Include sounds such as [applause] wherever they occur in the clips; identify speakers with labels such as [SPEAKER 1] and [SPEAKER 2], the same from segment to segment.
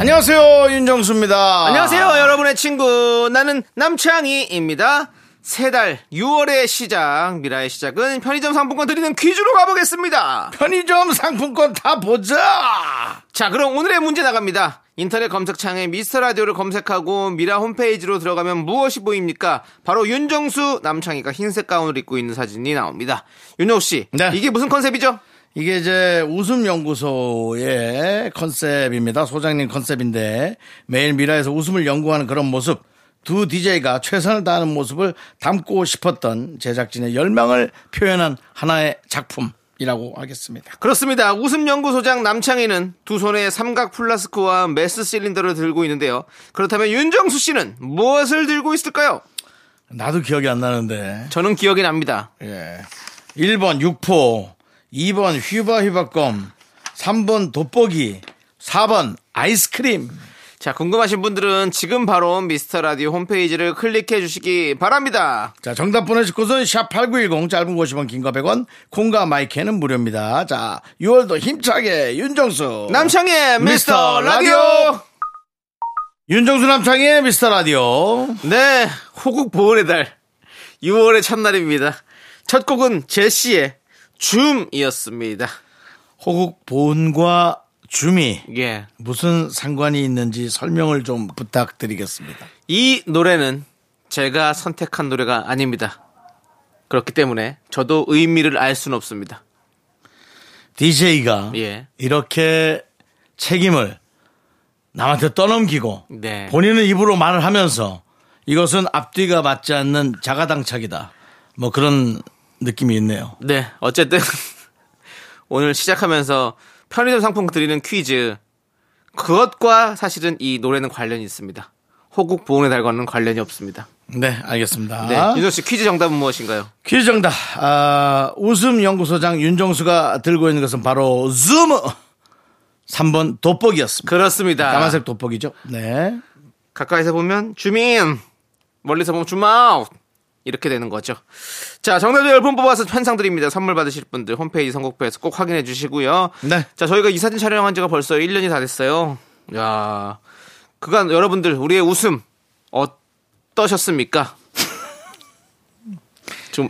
[SPEAKER 1] 안녕하세요 윤정수입니다.
[SPEAKER 2] 안녕하세요, 여러분의 친구. 나는 남창희입니다. 세 달 6월의 시작, 미라의 시작은 편의점 상품권 드리는 퀴즈로 가보겠습니다.
[SPEAKER 1] 편의점 상품권 다 보자.
[SPEAKER 2] 자, 그럼 오늘의 문제 나갑니다. 인터넷 검색창에 미스터 라디오를 검색하고 미라 홈페이지로 들어가면 무엇이 보입니까? 바로 윤정수 남창희가 흰색 가운을 입고 있는 사진이 나옵니다. 윤호 씨,
[SPEAKER 1] 네.
[SPEAKER 2] 이게 무슨 컨셉이죠?
[SPEAKER 1] 이게 이제 웃음 연구소의 컨셉입니다. 소장님 컨셉인데 매일 미라에서 웃음을 연구하는 그런 모습. 두 DJ가 최선을 다하는 모습을 담고 싶었던 제작진의 열망을 표현한 하나의 작품이라고 하겠습니다.
[SPEAKER 2] 그렇습니다. 웃음연구소장 남창희는 두 손에 삼각 플라스크와 메스 실린더를 들고 있는데요. 그렇다면 윤정수 씨는 무엇을 들고 있을까요?
[SPEAKER 1] 나도 기억이 안 나는데.
[SPEAKER 2] 저는 기억이 납니다.
[SPEAKER 1] 예. 1번 육포, 2번 휘바휘바껌, 3번 돋보기, 4번 아이스크림.
[SPEAKER 2] 자, 궁금하신 분들은 지금 바로 미스터 라디오 홈페이지를 클릭해 주시기 바랍니다.
[SPEAKER 1] 자, 정답 보내실 곳은 샵8910 짧은 50원 긴거 100원 콩과 마이크는 무료입니다. 자, 6월도 힘차게 윤정수
[SPEAKER 2] 남창희의 어, 미스터
[SPEAKER 1] 미스터 라디오.
[SPEAKER 2] 라디오!
[SPEAKER 1] 윤정수 남창의 미스터 라디오.
[SPEAKER 2] 네, 호국 보은의 달. 6월의 첫날입니다. 첫 곡은 제시의 줌이었습니다.
[SPEAKER 1] 호국 보은과 줌이
[SPEAKER 2] 예.
[SPEAKER 1] 무슨 상관이 있는지 설명을 좀 부탁드리겠습니다.
[SPEAKER 2] 이 노래는 제가 선택한 노래가 아닙니다. 그렇기 때문에 저도 의미를 알 수는 없습니다.
[SPEAKER 1] DJ가
[SPEAKER 2] 예.
[SPEAKER 1] 이렇게 책임을 남한테 떠넘기고
[SPEAKER 2] 네.
[SPEAKER 1] 본인은 입으로 말을 하면서 이것은 앞뒤가 맞지 않는 자가당착이다. 뭐 그런 느낌이 있네요.
[SPEAKER 2] 네, 어쨌든 [laughs] 오늘 시작하면서 편의점 상품 드리는 퀴즈 그것과 사실은 이 노래는 관련이 있습니다. 호국 보온의 달과는 관련이 없습니다.
[SPEAKER 1] 네, 알겠습니다.
[SPEAKER 2] 네, 윤정 씨 퀴즈 정답은 무엇인가요?
[SPEAKER 1] 퀴즈 정답. 아, 웃음 연구소장 윤정수가 들고 있는 것은 바로 줌. 3번 돋보기였습니다.
[SPEAKER 2] 그렇습니다.
[SPEAKER 1] 까만색 돋보기죠. 네.
[SPEAKER 2] 가까이서 보면 주민, 멀리서 보면 주마웃 이렇게 되는 거죠. 자, 정답자 10분 뽑아서 편상 드립니다. 선물 받으실 분들 홈페이지 선곡표에서 꼭 확인해 주시고요.
[SPEAKER 1] 네.
[SPEAKER 2] 자, 저희가 이 사진 촬영한 지가 벌써 1년이 다 됐어요. 야. 그간 여러분들 우리의 웃음 어떠셨습니까? [laughs] 좀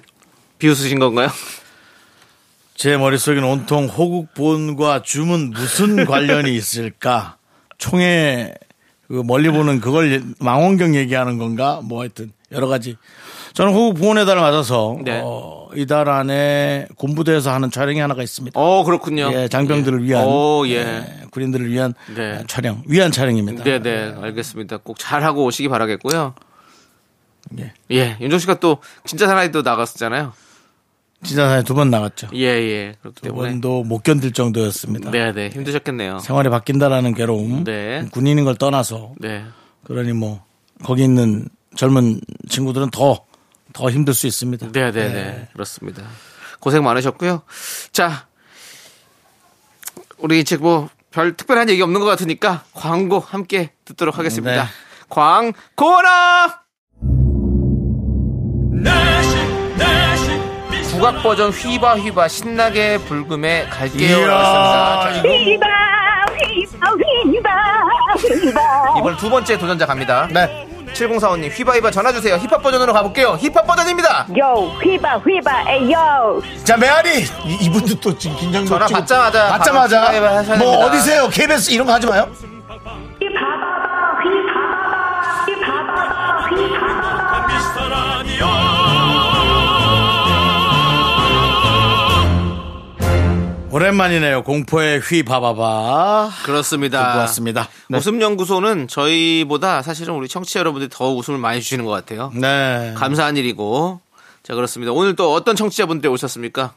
[SPEAKER 2] 비웃으신 건가요?
[SPEAKER 1] 제 머릿속에는 온통 호국본과 줌은 무슨 [laughs] 관련이 있을까? 총에 그 멀리 보는 그걸 망원경 얘기하는 건가? 뭐 하여튼 여러 가지. 저는 호국보훈의 달을 맞아서 어,
[SPEAKER 2] 네.
[SPEAKER 1] 이 달 안에 군부대에서 하는 촬영이 하나가 있습니다.
[SPEAKER 2] 어, 그렇군요.
[SPEAKER 1] 예, 장병들을 위한
[SPEAKER 2] 오, 예.
[SPEAKER 1] 예, 군인들을 위한
[SPEAKER 2] 네.
[SPEAKER 1] 촬영, 위한 촬영입니다.
[SPEAKER 2] 네, 네, 알겠습니다. 꼭 잘하고 오시기 바라겠고요.
[SPEAKER 1] 예.
[SPEAKER 2] 예, 윤종 씨가 또 진짜 사나이도 나갔었잖아요.
[SPEAKER 1] 지자산에 두 번 나갔죠.
[SPEAKER 2] 예, 예. 그렇기
[SPEAKER 1] 두
[SPEAKER 2] 때문에.
[SPEAKER 1] 번도 못 견딜 정도였습니다.
[SPEAKER 2] 네, 네. 힘드셨겠네요.
[SPEAKER 1] 생활이 바뀐다라는 괴로움,
[SPEAKER 2] 네.
[SPEAKER 1] 군인인 걸 떠나서
[SPEAKER 2] 네.
[SPEAKER 1] 그러니 뭐 거기 있는 젊은 친구들은 더 더 힘들 수 있습니다.
[SPEAKER 2] 네, 네, 네. 그렇습니다. 고생 많으셨고요. 자. 우리 이제 뭐별 특별한 얘기 없는 것 같으니까 광고 함께 듣도록 하겠습니다.
[SPEAKER 1] 네.
[SPEAKER 2] 광고라!
[SPEAKER 3] 내시
[SPEAKER 2] 국악 버전 휘바휘바 신나게 불금에 갈게요.
[SPEAKER 1] 이야.
[SPEAKER 2] 자,
[SPEAKER 4] 휘바 휘바 휘바 휘바
[SPEAKER 2] 이번 두 번째 도전자 갑니다.
[SPEAKER 1] 네.
[SPEAKER 2] 7045님 휘바휘바 전화주세요. 힙합 버전으로 가볼게요. 힙합 버전입니다.
[SPEAKER 4] 요 휘바 휘바 에요
[SPEAKER 1] 예. 자 메아리 이, 이분도 또 지금 긴장
[SPEAKER 2] 전화
[SPEAKER 1] 놓치고
[SPEAKER 2] 받자마자 바로 가입을
[SPEAKER 1] 받자마자
[SPEAKER 2] 하셔야
[SPEAKER 1] 뭐
[SPEAKER 2] 됩니다.
[SPEAKER 1] 어디세요? KBS 이런 거 하지 마요.
[SPEAKER 4] 휘바바바 휘바바바 휘바바바 휘바바바
[SPEAKER 3] 미스터 라디오
[SPEAKER 1] 오랜만이네요. 공포의 휘 바바바
[SPEAKER 2] 그렇습니다.
[SPEAKER 1] 듣고 왔습니다. 네.
[SPEAKER 2] 웃음연구소는 저희보다 사실은 우리 청취자 여러분들이 더 웃음을 많이 주시는 것 같아요.
[SPEAKER 1] 네.
[SPEAKER 2] 감사한 일이고. 자, 그렇습니다. 오늘 또 어떤 청취자분들이 오셨습니까?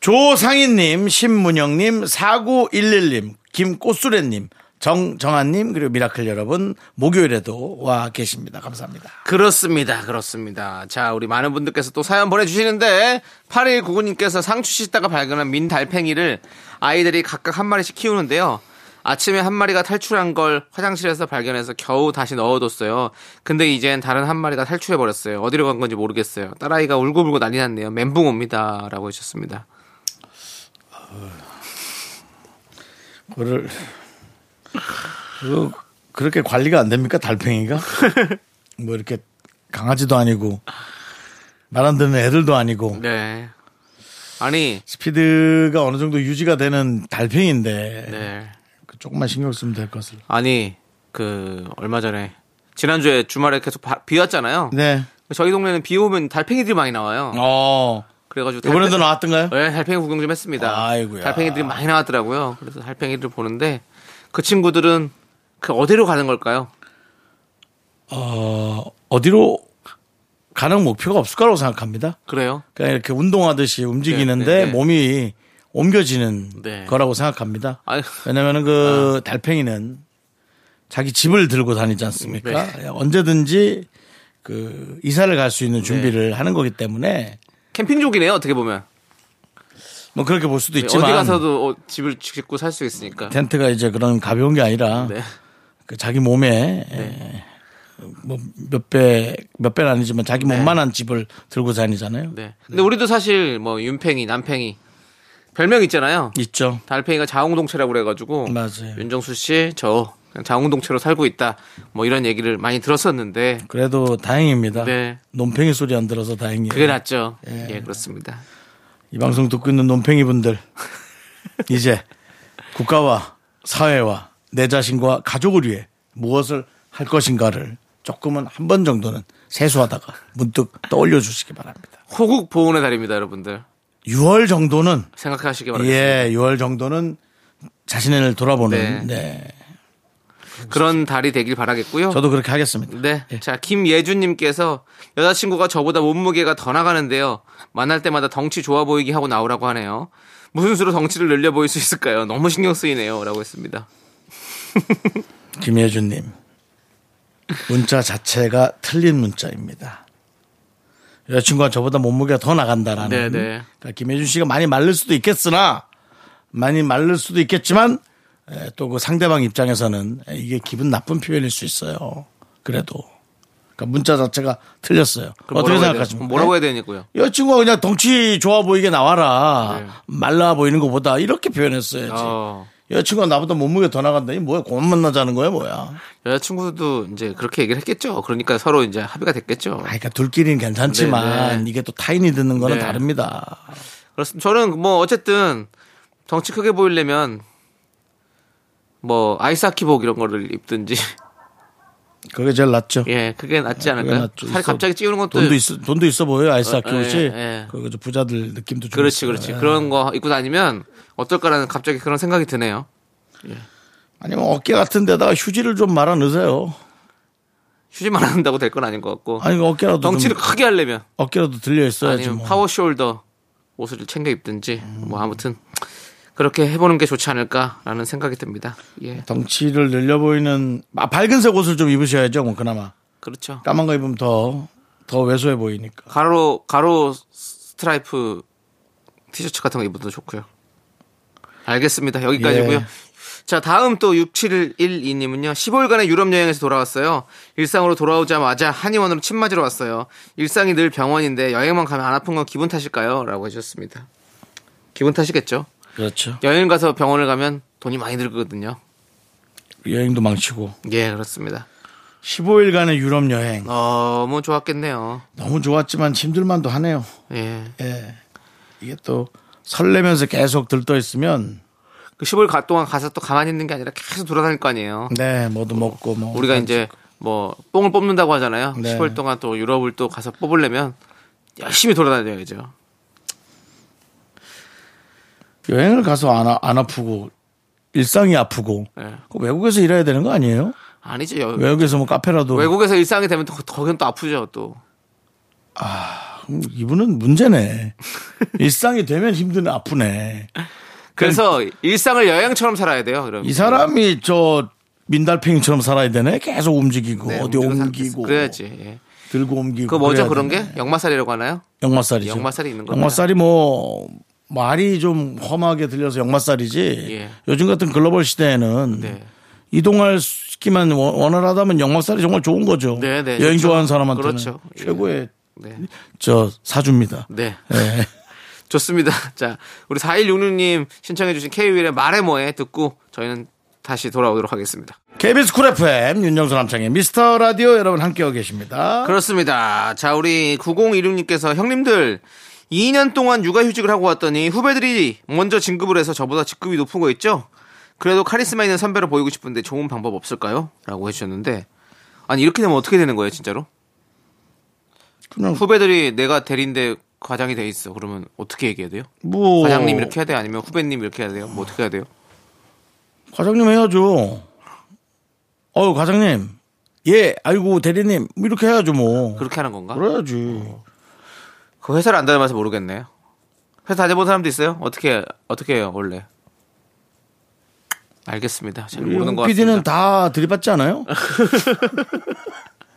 [SPEAKER 1] 조상인님, 신문영님, 4911님, 김꼬수레님, 정정한님 그리고 미라클 여러분 목요일에도 와 계십니다. 감사합니다.
[SPEAKER 2] 그렇습니다. 그렇습니다. 자, 우리 많은 분들께서 또 사연 보내주시는데, 8199님께서 상추 씻다가 발견한 민 달팽이를 아이들이 각각 한 마리씩 키우는데요. 아침에 한 마리가 탈출한 걸 화장실에서 발견해서 겨우 다시 넣어뒀어요. 근데 이젠 다른 한 마리가 탈출해버렸어요. 어디로 간 건지 모르겠어요. 딸아이가 울고불고 난리 났네요. 멘붕 옵니다. 라고 하셨습니다.
[SPEAKER 1] 그거를 그거 그렇게 관리가 안 됩니까 [laughs] 달팽이가? 뭐 이렇게 강아지도 아니고 말 안 듣는 애들도 아니고
[SPEAKER 2] 네. 아니,
[SPEAKER 1] 스피드가 어느 정도 유지가 되는 달팽이인데
[SPEAKER 2] 네.
[SPEAKER 1] 그 조금만 신경 쓰면 될 것을.
[SPEAKER 2] 아니, 그, 얼마 전에, 지난주에 주말에 계속 바- 비 왔잖아요.
[SPEAKER 1] 네.
[SPEAKER 2] 저희 동네는 비 오면 달팽이들이 많이 나와요.
[SPEAKER 1] 어
[SPEAKER 2] 그래가지고
[SPEAKER 1] 이번에도
[SPEAKER 2] 달팽-
[SPEAKER 1] 나왔던가요?
[SPEAKER 2] 네, 달팽이 구경 좀 했습니다.
[SPEAKER 1] 아이고야.
[SPEAKER 2] 달팽이들이 많이 나왔더라고요. 그래서 달팽이를 보는데 그 친구들은 그 어디로 가는 걸까요?
[SPEAKER 1] 어 어디로 가는 목표가 없을 거라고 생각합니다.
[SPEAKER 2] 그래요?
[SPEAKER 1] 그냥 이렇게 운동하듯이 움직이는데
[SPEAKER 2] 네, 네, 네.
[SPEAKER 1] 몸이 옮겨지는
[SPEAKER 2] 네.
[SPEAKER 1] 거라고 생각합니다. [laughs]
[SPEAKER 2] 아유. 아.
[SPEAKER 1] 왜냐면은 그 달팽이는 자기 집을 들고 다니지 않습니까?
[SPEAKER 2] 네.
[SPEAKER 1] 예, 언제든지 그 이사를 갈 수 있는 준비를 하는 거기 때문에
[SPEAKER 2] 캠핑족이네요. 어떻게 보면
[SPEAKER 1] 뭐 그렇게 볼 수도
[SPEAKER 2] 네,
[SPEAKER 1] 있지만 네.
[SPEAKER 2] 어디 가서도 어, 집을 짓고 살 수 있으니까.
[SPEAKER 1] 텐트가 이제 그런 가벼운 게 아니라
[SPEAKER 2] 네.
[SPEAKER 1] 그 자기 몸에 뭐 뭐몇배몇 배는 아니지만 자기 몸만한 집을 들고 다니잖아요.
[SPEAKER 2] 네. 근데 우리도 사실 뭐 윤팽이, 남팽이 별명 있잖아요.
[SPEAKER 1] 있죠.
[SPEAKER 2] 달팽이가 자웅동체라고 그래가지고
[SPEAKER 1] 예. 맞아요.
[SPEAKER 2] 윤정수 씨 저 그냥 자웅동체로 살고 있다. 뭐 이런 얘기를 많이 들었었는데
[SPEAKER 1] 그래도 다행입니다.
[SPEAKER 2] 네.
[SPEAKER 1] 논팽이 소리 안 들어서 다행이에요.
[SPEAKER 2] 그게 낫죠. 예 그렇습니다.
[SPEAKER 1] 이 방송 듣고 있는 논팽이
[SPEAKER 2] [laughs]
[SPEAKER 1] 분들 이제 국가와 사회와 내 자신과 가족을 위해 무엇을 할 것인가를 조금은 한 번 정도는 세수하다가 문득 떠올려 주시기 바랍니다.
[SPEAKER 2] 호국 보훈의 달입니다, 여러분들.
[SPEAKER 1] 6월 정도는
[SPEAKER 2] 생각하시기 바랍니다.
[SPEAKER 1] 예, 6월 정도는 자신을 돌아보는
[SPEAKER 2] 네.
[SPEAKER 1] 네.
[SPEAKER 2] 그런 달이 되길 바라겠고요.
[SPEAKER 1] 저도 예. 그렇게 하겠습니다.
[SPEAKER 2] 네. 자, 김예준님께서 여자친구가 저보다 몸무게가 더 나가는데요. 만날 때마다 덩치 좋아 보이게 하고 나오라고 하네요. 무슨 수로 덩치를 늘려 보일 수 있을까요? 너무 신경 쓰이네요. 라고 했습니다.
[SPEAKER 1] 김예준님 문자 자체가 틀린 문자입니다. 여자친구가 저보다 몸무게가 더 나간다라는.
[SPEAKER 2] 네, 네.
[SPEAKER 1] 그러니까 김예준 씨가 많이 말릴 수도 있겠으나 많이 말릴 수도 있겠지만 또 그 상대방 입장에서는 에, 이게 기분 나쁜 표현일 수 있어요. 그래도 그러니까 문자 자체가 틀렸어요.
[SPEAKER 2] 그럼
[SPEAKER 1] 어떻게
[SPEAKER 2] 뭐라고 해야
[SPEAKER 1] 생각하십니까?
[SPEAKER 2] 돼요? 뭐라고 해야 되냐고요?
[SPEAKER 1] 여자친구가 그냥 덩치 좋아 보이게 나와라. 말라 보이는 것보다 이렇게 표현했어야지.
[SPEAKER 2] 네. 어,
[SPEAKER 1] 여자친구가 나보다 몸무게 더 나간다니 뭐야 고만 만나자는 거야 아, 뭐야
[SPEAKER 2] 여자친구도 이제 그렇게 얘기를 했겠죠. 그러니까 서로 이제 합의가 됐겠죠.
[SPEAKER 1] 아, 그러니까 둘끼리는 괜찮지만
[SPEAKER 2] 네, 네.
[SPEAKER 1] 이게 또 타인이 듣는 거는
[SPEAKER 2] 네.
[SPEAKER 1] 다릅니다
[SPEAKER 2] 그렇습니다. 저는 뭐 어쨌든 덩치 크게 보이려면 뭐 아이스하키복 이런 거를 입든지
[SPEAKER 1] 그게 제일 낫죠
[SPEAKER 2] 예, 그게 낫지 않을까요?
[SPEAKER 1] 아, 낫죠.
[SPEAKER 2] 살
[SPEAKER 1] 있어-
[SPEAKER 2] 갑자기 찌우는 것도
[SPEAKER 1] 돈도 있어 돈도 있어 보여요 아이스 아키
[SPEAKER 2] 어,
[SPEAKER 1] 옷이
[SPEAKER 2] 예, 예.
[SPEAKER 1] 그거 좀 부자들 느낌도 좀
[SPEAKER 2] 그렇지,
[SPEAKER 1] 있어요.
[SPEAKER 2] 그렇지.
[SPEAKER 1] 예.
[SPEAKER 2] 그런 거 입고 다니면 어떨까라는 갑자기 그런 생각이 드네요.
[SPEAKER 1] 아니면 어깨 같은 데다가 휴지를 좀 말아 넣으세요
[SPEAKER 2] 휴지만 안 한다고 될 건 아닌 것 같고
[SPEAKER 1] 아니 그 어깨라도
[SPEAKER 2] 덩치를
[SPEAKER 1] 좀,
[SPEAKER 2] 크게 하려면
[SPEAKER 1] 어깨라도 들려 있어야지
[SPEAKER 2] 아니면
[SPEAKER 1] 뭐. 음.
[SPEAKER 2] 파워 숄더 옷을 챙겨 입든지 뭐 아무튼 그렇게 해보는 게 좋지 않을까라는 생각이 듭니다. 예,
[SPEAKER 1] 덩치를 늘려 보이는 아, 밝은색 옷을 좀 입으셔야죠 뭐 그나마
[SPEAKER 2] 그렇죠.
[SPEAKER 1] 까만 거 입으면 더 더 왜소해 보이니까
[SPEAKER 2] 가로 가로 스트라이프 티셔츠 같은 거 입어도 좋고요. 알겠습니다. 여기까지고요.
[SPEAKER 1] 예.
[SPEAKER 2] 자, 다음 또 6712님은요. 15일간의 유럽 여행에서 돌아왔어요. 일상으로 돌아오자마자 한의원으로 침 맞으러 왔어요. 일상이 늘 병원인데 여행만 가면 안 아픈 건 기분 탓일까요? 라고 해주셨습니다. 기분 탓이겠죠.
[SPEAKER 1] 그렇죠
[SPEAKER 2] 여행 가서 병원을 가면 돈이 많이 들거든요.
[SPEAKER 1] 여행도 망치고
[SPEAKER 2] 예, 그렇습니다.
[SPEAKER 1] 15일간의 유럽 여행
[SPEAKER 2] 너무 좋았겠네요.
[SPEAKER 1] 너무 좋았지만 힘들만도 하네요.
[SPEAKER 2] 예.
[SPEAKER 1] 예. 이게 또 설레면서 계속 들떠 있으면
[SPEAKER 2] 그 15일 가- 동안 가서 또 가만히 있는 게 아니라 계속 돌아다닐 거 아니에요.
[SPEAKER 1] 네 뭐도 먹고 뭐
[SPEAKER 2] 우리가 이제 뭐 뽕을 뽑는다고 하잖아요.
[SPEAKER 1] 네.
[SPEAKER 2] 10월 동안 또 유럽을 또 가서 뽑으려면 열심히 돌아다녀야죠.
[SPEAKER 1] 여행을 가서 안, 아, 안 아프고 일상이 아프고
[SPEAKER 2] 예.
[SPEAKER 1] 그 외국에서 일해야 되는 거 아니에요?
[SPEAKER 2] 아니죠. 여-
[SPEAKER 1] 외국에서 뭐 카페라도
[SPEAKER 2] 외국에서 일상이 되면 더, 거긴 또 아프죠. 또
[SPEAKER 1] 음, 이분은
[SPEAKER 2] [laughs]
[SPEAKER 1] 문제네. 일상이 되면 힘든 아프네. 그러니까.
[SPEAKER 2] 그래서 일상을 여행처럼 살아야 돼요. 그럼
[SPEAKER 1] 이 사람이 저 민달팽이처럼 살아야 되네. 계속 움직이고
[SPEAKER 2] 네,
[SPEAKER 1] 어디
[SPEAKER 2] 움직여서
[SPEAKER 1] 옮기고
[SPEAKER 2] 그래야지. 예.
[SPEAKER 1] 들고 옮기고.
[SPEAKER 2] 그거
[SPEAKER 1] 그래야
[SPEAKER 2] 뭐죠 그런
[SPEAKER 1] 되네.
[SPEAKER 2] 게? 역마살이라고 하나요?
[SPEAKER 1] 역마살이죠.
[SPEAKER 2] 역마살이 있는 거구나.
[SPEAKER 1] 역마살이 뭐 말이 좀 험하게 들려서 역마살이지.
[SPEAKER 2] 예.
[SPEAKER 1] 요즘 같은 글로벌 시대에는
[SPEAKER 2] 네.
[SPEAKER 1] 이동할 수기만 원- 원활하다면 역마살이 정말 좋은 거죠.
[SPEAKER 2] 네, 네.
[SPEAKER 1] 여행
[SPEAKER 2] 그렇죠.
[SPEAKER 1] 좋아하는 사람한테는
[SPEAKER 2] 그렇죠. 예.
[SPEAKER 1] 최고의
[SPEAKER 2] 네.
[SPEAKER 1] 저 사주입니다.
[SPEAKER 2] 네.
[SPEAKER 1] 예.
[SPEAKER 2] 좋습니다. [laughs] 자, 우리 4166님 신청해주신 K-윌의 말해 뭐해 듣고 저희는 다시 돌아오도록 하겠습니다.
[SPEAKER 1] KBS 쿨 FM 윤정수 남창의 미스터 라디오 여러분 함께하고 계십니다.
[SPEAKER 2] 어? 그렇습니다. 자, 우리 9016님께서 형님들 2년 동안 육아휴직을 하고 왔더니 후배들이 먼저 진급을 해서 저보다 직급이 높은 거 있죠? 그래도 카리스마 있는 선배로 보이고 싶은데 좋은 방법 없을까요? 라고 해주셨는데 아니 이렇게 되면 어떻게 되는 거예요 진짜로?
[SPEAKER 1] 그냥
[SPEAKER 2] 후배들이 내가 대리인데 과장이 돼 있어 그러면 어떻게 얘기해야 돼요?
[SPEAKER 1] 뭐
[SPEAKER 2] 과장님 이렇게 해야 돼 아니면 후배님 이렇게 해야 돼요? 뭐 어떻게 해야 돼요?
[SPEAKER 1] 과장님 해야죠. 어우 과장님 예 아이고 대리님 이렇게 해야죠 뭐
[SPEAKER 2] 그렇게 하는 건가? 어.
[SPEAKER 1] 그래야지.
[SPEAKER 2] 그 회사를 안 다녀봐서 모르겠네. 회사 다녀본 사람도 있어요? 어떻게 어떻게 해요 원래? 알겠습니다. 잘 모르는 것 같습니다.
[SPEAKER 1] PD는 다 들이받지
[SPEAKER 2] [laughs]
[SPEAKER 1] 않아요?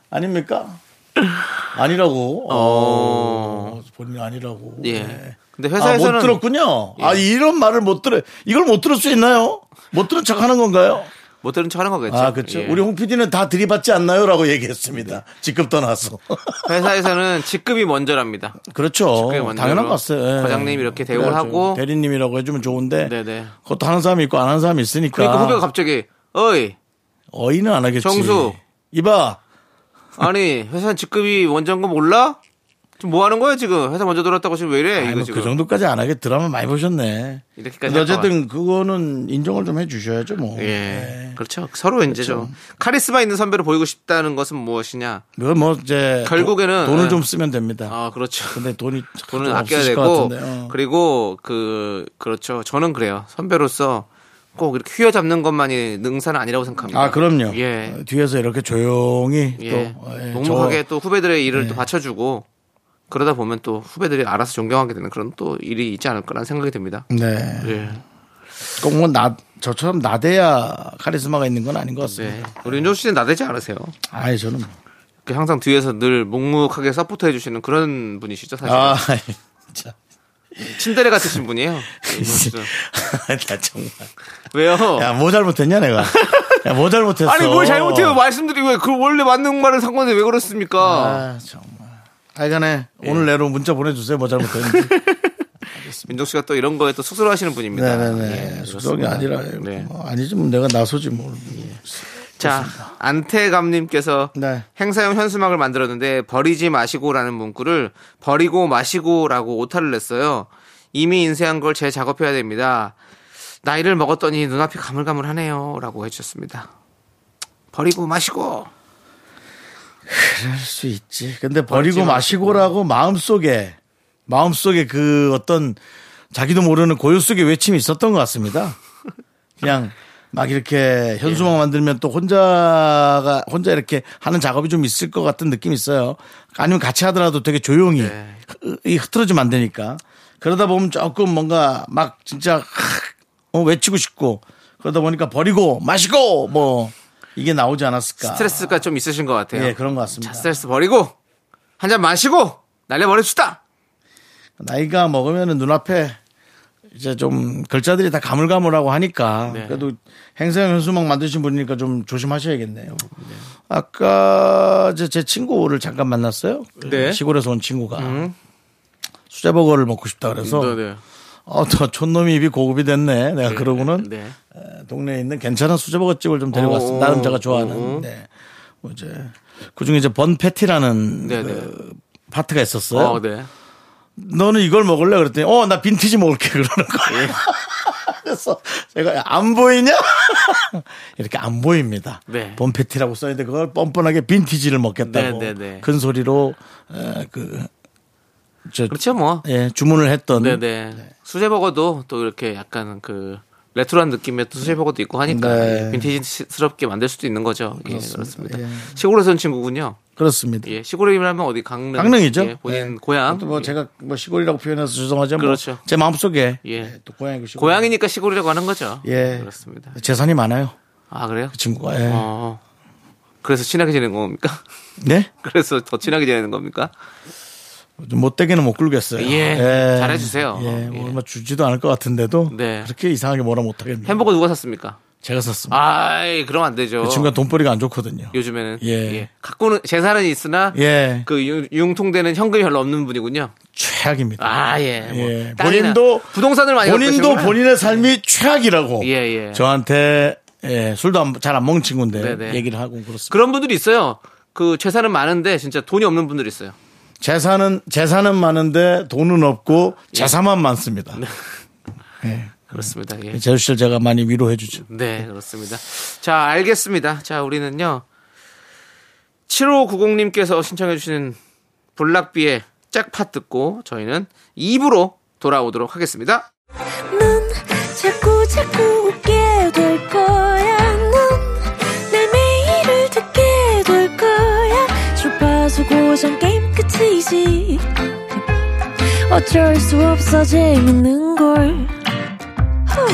[SPEAKER 1] 아닙니까? 아니라고. 어. 본인 아니라고.
[SPEAKER 2] 예.
[SPEAKER 1] 네.
[SPEAKER 2] 근데
[SPEAKER 1] 아, 못
[SPEAKER 2] 회사에서는 예.
[SPEAKER 1] 들었군요. 아, 이런 말을 못 들어. 이걸 못 들을 수 있나요? 못 들은 척 하는 건가요?
[SPEAKER 2] 못 들은 척하는 거겠죠.
[SPEAKER 1] 아, 그렇죠.
[SPEAKER 2] 예.
[SPEAKER 1] 우리 홍 PD는 다 들이받지 않나요? 라고 얘기했습니다. 직급 떠나서. [laughs]
[SPEAKER 2] 회사에서는 직급이 먼저랍니다.
[SPEAKER 1] 그렇죠.
[SPEAKER 2] 직급이 먼저로
[SPEAKER 1] 당연한 것 같아요. 예.
[SPEAKER 2] 과장님 이렇게 대우를
[SPEAKER 1] 그래야죠.
[SPEAKER 2] 하고.
[SPEAKER 1] 대리님이라고 해주면 좋은데.
[SPEAKER 2] 네네.
[SPEAKER 1] 그것도 하는 사람이 있고 안 하는 사람이 있으니까.
[SPEAKER 2] 그러니까 후배가 갑자기 어이
[SPEAKER 1] 어이는 안 하겠지.
[SPEAKER 2] 정수.
[SPEAKER 1] 이봐.
[SPEAKER 2] 아니 회사는 직급이 먼저인 거 몰라? 지금 뭐 하는 거야 지금? 회사 먼저 들어왔다고 지금 왜 이래?
[SPEAKER 1] 아니,
[SPEAKER 2] 이거
[SPEAKER 1] 뭐그
[SPEAKER 2] 지금
[SPEAKER 1] 정도까지 안 하게 드라마 많이 보셨네.
[SPEAKER 2] 이렇게까지
[SPEAKER 1] 근데
[SPEAKER 2] 할 거야.
[SPEAKER 1] 어쨌든 그거는 인정을 좀 해주셔야죠 뭐.
[SPEAKER 2] 예 그렇죠 서로 이제 좀 카리스마 있는 선배로 보이고 싶다는 것은 무엇이냐?
[SPEAKER 1] 그건 뭐 이제
[SPEAKER 2] 결국에는
[SPEAKER 1] 돈- 돈을
[SPEAKER 2] 예.
[SPEAKER 1] 좀 쓰면 됩니다.
[SPEAKER 2] 아 그렇죠.
[SPEAKER 1] 근데 돈이 참
[SPEAKER 2] 돈은
[SPEAKER 1] 좀
[SPEAKER 2] 아껴야
[SPEAKER 1] 없으실
[SPEAKER 2] 되고
[SPEAKER 1] 것 같은데, 어.
[SPEAKER 2] 그리고 그 그렇죠 저는 그래요 선배로서 꼭 이렇게 휘어잡는 것만이 능사는 아니라고 생각합니다.
[SPEAKER 1] 아 그럼요.
[SPEAKER 2] 예.
[SPEAKER 1] 어, 뒤에서 이렇게 조용히
[SPEAKER 2] 예.
[SPEAKER 1] 또 어, 예,
[SPEAKER 2] 묵묵하게
[SPEAKER 1] 저- 예.
[SPEAKER 2] 또 후배들의 일을 또 받쳐주고 그러다 보면 또 후배들이 알아서 존경하게 되는 그런 또 일이 있지 않을까라는 생각이 듭니다.
[SPEAKER 1] 네.
[SPEAKER 2] 예.
[SPEAKER 1] 꼭뭐나 저처럼 나대야 카리스마가 있는 건 아닌 것
[SPEAKER 2] 네.
[SPEAKER 1] 같습니다.
[SPEAKER 2] 우리 윤종 씨는 나대지 않으세요.
[SPEAKER 1] 아예 저는 뭐.
[SPEAKER 2] 그 항상 뒤에서 늘 묵묵하게 서포트해 주시는 그런 분이시죠, 사실.
[SPEAKER 1] 아 [laughs]
[SPEAKER 2] 은
[SPEAKER 1] 진짜
[SPEAKER 2] 친데레 같으신 분이에요.
[SPEAKER 1] [laughs]
[SPEAKER 2] 윤종 씨는.
[SPEAKER 1] 나 정말
[SPEAKER 2] 왜요?
[SPEAKER 1] 야 뭐 잘못했냐 내가 야, 뭐 잘못했어?
[SPEAKER 2] 아니 뭘 잘못해요? 말씀드리고 왜 그 원래 맞는 말은 상관데 왜 그렇습니까?
[SPEAKER 1] 아 정말. 하여간에
[SPEAKER 2] 예.
[SPEAKER 1] 오늘 내로 문자 보내주세요. 뭐
[SPEAKER 2] [laughs]
[SPEAKER 1] 잘못했는지.
[SPEAKER 2] 아, 민정 씨가 또 이런 거에 또 쑥스러워하시는 분입니다.
[SPEAKER 1] 네네네.
[SPEAKER 2] 예,
[SPEAKER 1] 수동이
[SPEAKER 2] 그렇습니다.
[SPEAKER 1] 아니라
[SPEAKER 2] 네. 예.
[SPEAKER 1] 뭐 아니지면 내가 나서지 뭐. 뭘.
[SPEAKER 2] 자, 안태감님께서
[SPEAKER 1] 네.
[SPEAKER 2] 행사용 현수막을 만들었는데 버리지 마시고라는 문구를 버리고 마시고라고 오타를 냈어요. 이미 인쇄한 걸 재작업해야 됩니다. 나이를 먹었더니 눈앞이 가물가물하네요라고 해주셨습니다. 버리고 마시고.
[SPEAKER 1] 할 수 있지. 근데 버리고 마시고라고 마음 속에 마음 속에 그 어떤 자기도 모르는 고요 속에 외침이 있었던 것 같습니다. 그냥 막 이렇게 현수막
[SPEAKER 2] 예.
[SPEAKER 1] 만들면 또 혼자가 혼자 이렇게 하는 작업이 좀 있을 것 같은 느낌이 있어요. 아니면 같이 하더라도 되게 조용히
[SPEAKER 2] 네.
[SPEAKER 1] 흐- 이 흐트러지면 안 되니까 그러다 보면 조금 뭔가 막 진짜 어, 외치고 싶고 그러다 보니까 버리고 마시고 뭐 이게 나오지 않았을까.
[SPEAKER 2] 스트레스가 좀 있으신 것 같아요.
[SPEAKER 1] 아. 예 그런 것 같습니다.
[SPEAKER 2] 자, 스트레스 버리고 한 잔 마시고 날려버립시다.
[SPEAKER 1] 나이가 먹으면 눈앞에 이제 좀 글자들이 다 가물가물하고 하니까
[SPEAKER 2] 네.
[SPEAKER 1] 그래도 행사용 현수막 만드신 분이니까 좀 조심하셔야겠네요. 아까 이제 제 친구를 잠깐 만났어요. 그
[SPEAKER 2] 네. 음.
[SPEAKER 1] 시골에서 온 친구가 수제버거를 먹고 싶다 그래서
[SPEAKER 2] 네, 네.
[SPEAKER 1] 어, 저 촌놈이 입이 고급이 됐네. 내가 그러고는
[SPEAKER 2] 네.
[SPEAKER 1] 동네에 있는 괜찮은 수제버거집을 좀 데려갔습니다. 나름 제가
[SPEAKER 2] 음.
[SPEAKER 1] 좋아하는. 네. 뭐 이제 그 중에 이제 번패티라는
[SPEAKER 2] 네,
[SPEAKER 1] 그 파트가 있었어요.
[SPEAKER 2] 어, 네.
[SPEAKER 1] 너는 이걸 먹을래? 그랬더니, 어, 나 빈티지 먹을게. [laughs] 그러는 거예요.
[SPEAKER 2] [laughs]
[SPEAKER 1] 그래서 제가, 안 보이냐? [laughs] 이렇게 안 보입니다.
[SPEAKER 2] 네.
[SPEAKER 1] 범패티라고 써있는데 그걸 뻔뻔하게 빈티지를 먹겠다고.
[SPEAKER 2] 네, 네, 네.
[SPEAKER 1] 큰 소리로, 에, 그, 저,
[SPEAKER 2] 그렇죠 뭐.
[SPEAKER 1] 예, 주문을 했던.
[SPEAKER 2] 네네. 수제버거도 또 이렇게 약간 그 레트로한 느낌의 또 수제버거도 있고 하니까
[SPEAKER 1] 네.
[SPEAKER 2] 예, 빈티지스럽게 만들 수도 있는 거죠. 예, 그렇습니다.
[SPEAKER 1] 예.
[SPEAKER 2] 시골에서 온 친구군요.
[SPEAKER 1] 그렇습니다.
[SPEAKER 2] 예, 시골이라면 어디 강릉.
[SPEAKER 1] 강릉이죠.
[SPEAKER 2] 예, 본인
[SPEAKER 1] 예.
[SPEAKER 2] 고향.
[SPEAKER 1] 그것도 뭐
[SPEAKER 2] 예.
[SPEAKER 1] 제가 뭐 시골이라고 표현해서 죄송하지만. 뭐
[SPEAKER 2] 그렇죠.
[SPEAKER 1] 제 마음속에.
[SPEAKER 2] 예.
[SPEAKER 1] 예, 또 고향이고 시골.
[SPEAKER 2] 고향이니까 시골이라고 하는 거죠.
[SPEAKER 1] 예.
[SPEAKER 2] 그렇습니다.
[SPEAKER 1] 재산이 많아요.
[SPEAKER 2] 아 그래요?
[SPEAKER 1] 그 친구가. 예.
[SPEAKER 2] 어. 그래서 친하게 지낸 겁니까? [laughs]
[SPEAKER 1] 네?
[SPEAKER 2] 그래서 더 친하게 지내는 겁니까?
[SPEAKER 1] 좀 못되게는 못 굴겠어요.
[SPEAKER 2] 예, 잘해주세요.
[SPEAKER 1] 예.
[SPEAKER 2] 예.
[SPEAKER 1] 얼마 주지도 않을 것 같은데도.
[SPEAKER 2] 네.
[SPEAKER 1] 그렇게 이상하게 뭐라 못하겠네요.
[SPEAKER 2] 햄버거 누가 샀습니까?
[SPEAKER 1] 제가 샀습니다.
[SPEAKER 2] 아이 어. 그러면 안 되죠.
[SPEAKER 1] 그 친구가 돈벌이가 안 좋거든요.
[SPEAKER 2] 요즘에는
[SPEAKER 1] 예.
[SPEAKER 2] 예. 갖고는 재산은 있으나
[SPEAKER 1] 예.
[SPEAKER 2] 그 융- 융통되는 현금이 별로 없는 분이군요.
[SPEAKER 1] 최악입니다.
[SPEAKER 2] 아 예. 뭐
[SPEAKER 1] 예.
[SPEAKER 2] 땅이나
[SPEAKER 1] 본인도-
[SPEAKER 2] 부동산을 많이 갖고
[SPEAKER 1] 본인도
[SPEAKER 2] 계시구나.
[SPEAKER 1] 본인의 삶이 최악이라고.
[SPEAKER 2] 예, 예.
[SPEAKER 1] 저한테 예, 술도 잘 안 먹는 친구인데
[SPEAKER 2] 네네.
[SPEAKER 1] 얘기를 하고 그렇습니다.
[SPEAKER 2] 그런 분들이 있어요. 그 재산은 많은데 진짜 돈이 없는 분들이 있어요.
[SPEAKER 1] 재산은 재산은 많은데 돈은 없고
[SPEAKER 2] 예.
[SPEAKER 1] 재산만 많습니다.
[SPEAKER 2] 네. 그렇습니다. 예.
[SPEAKER 1] 제수 씨를 제가 많이 위로해 주죠.
[SPEAKER 2] 네, 그렇습니다. 자, 알겠습니다. 자, 우리는요. 7590님께서 신청해주시는 블락비의 짝팟 듣고 저희는 2부로 돌아오도록 하겠습니다.
[SPEAKER 5] 넌 자꾸 자꾸 웃게 될 거야. 넌내 매일을 듣게 될 거야. 주파수 고정 게임 끝이지. 어쩔 수 없어 재밌는 걸. 후.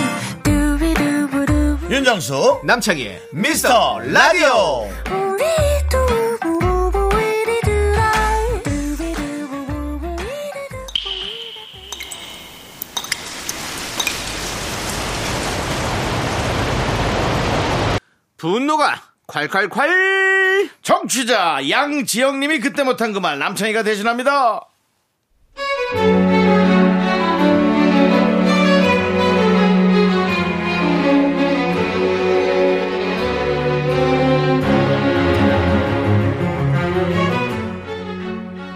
[SPEAKER 5] 두비두부두.
[SPEAKER 1] 윤정수
[SPEAKER 2] 남창희의 미스터 라디오!
[SPEAKER 5] 우리 두부부부 우리 두라. 두비두부부부 우리 두라.
[SPEAKER 2] 분노가 콸콸콸!
[SPEAKER 1] 정취자 양지영님이 그때 못한 그 말 남창희가 대신합니다.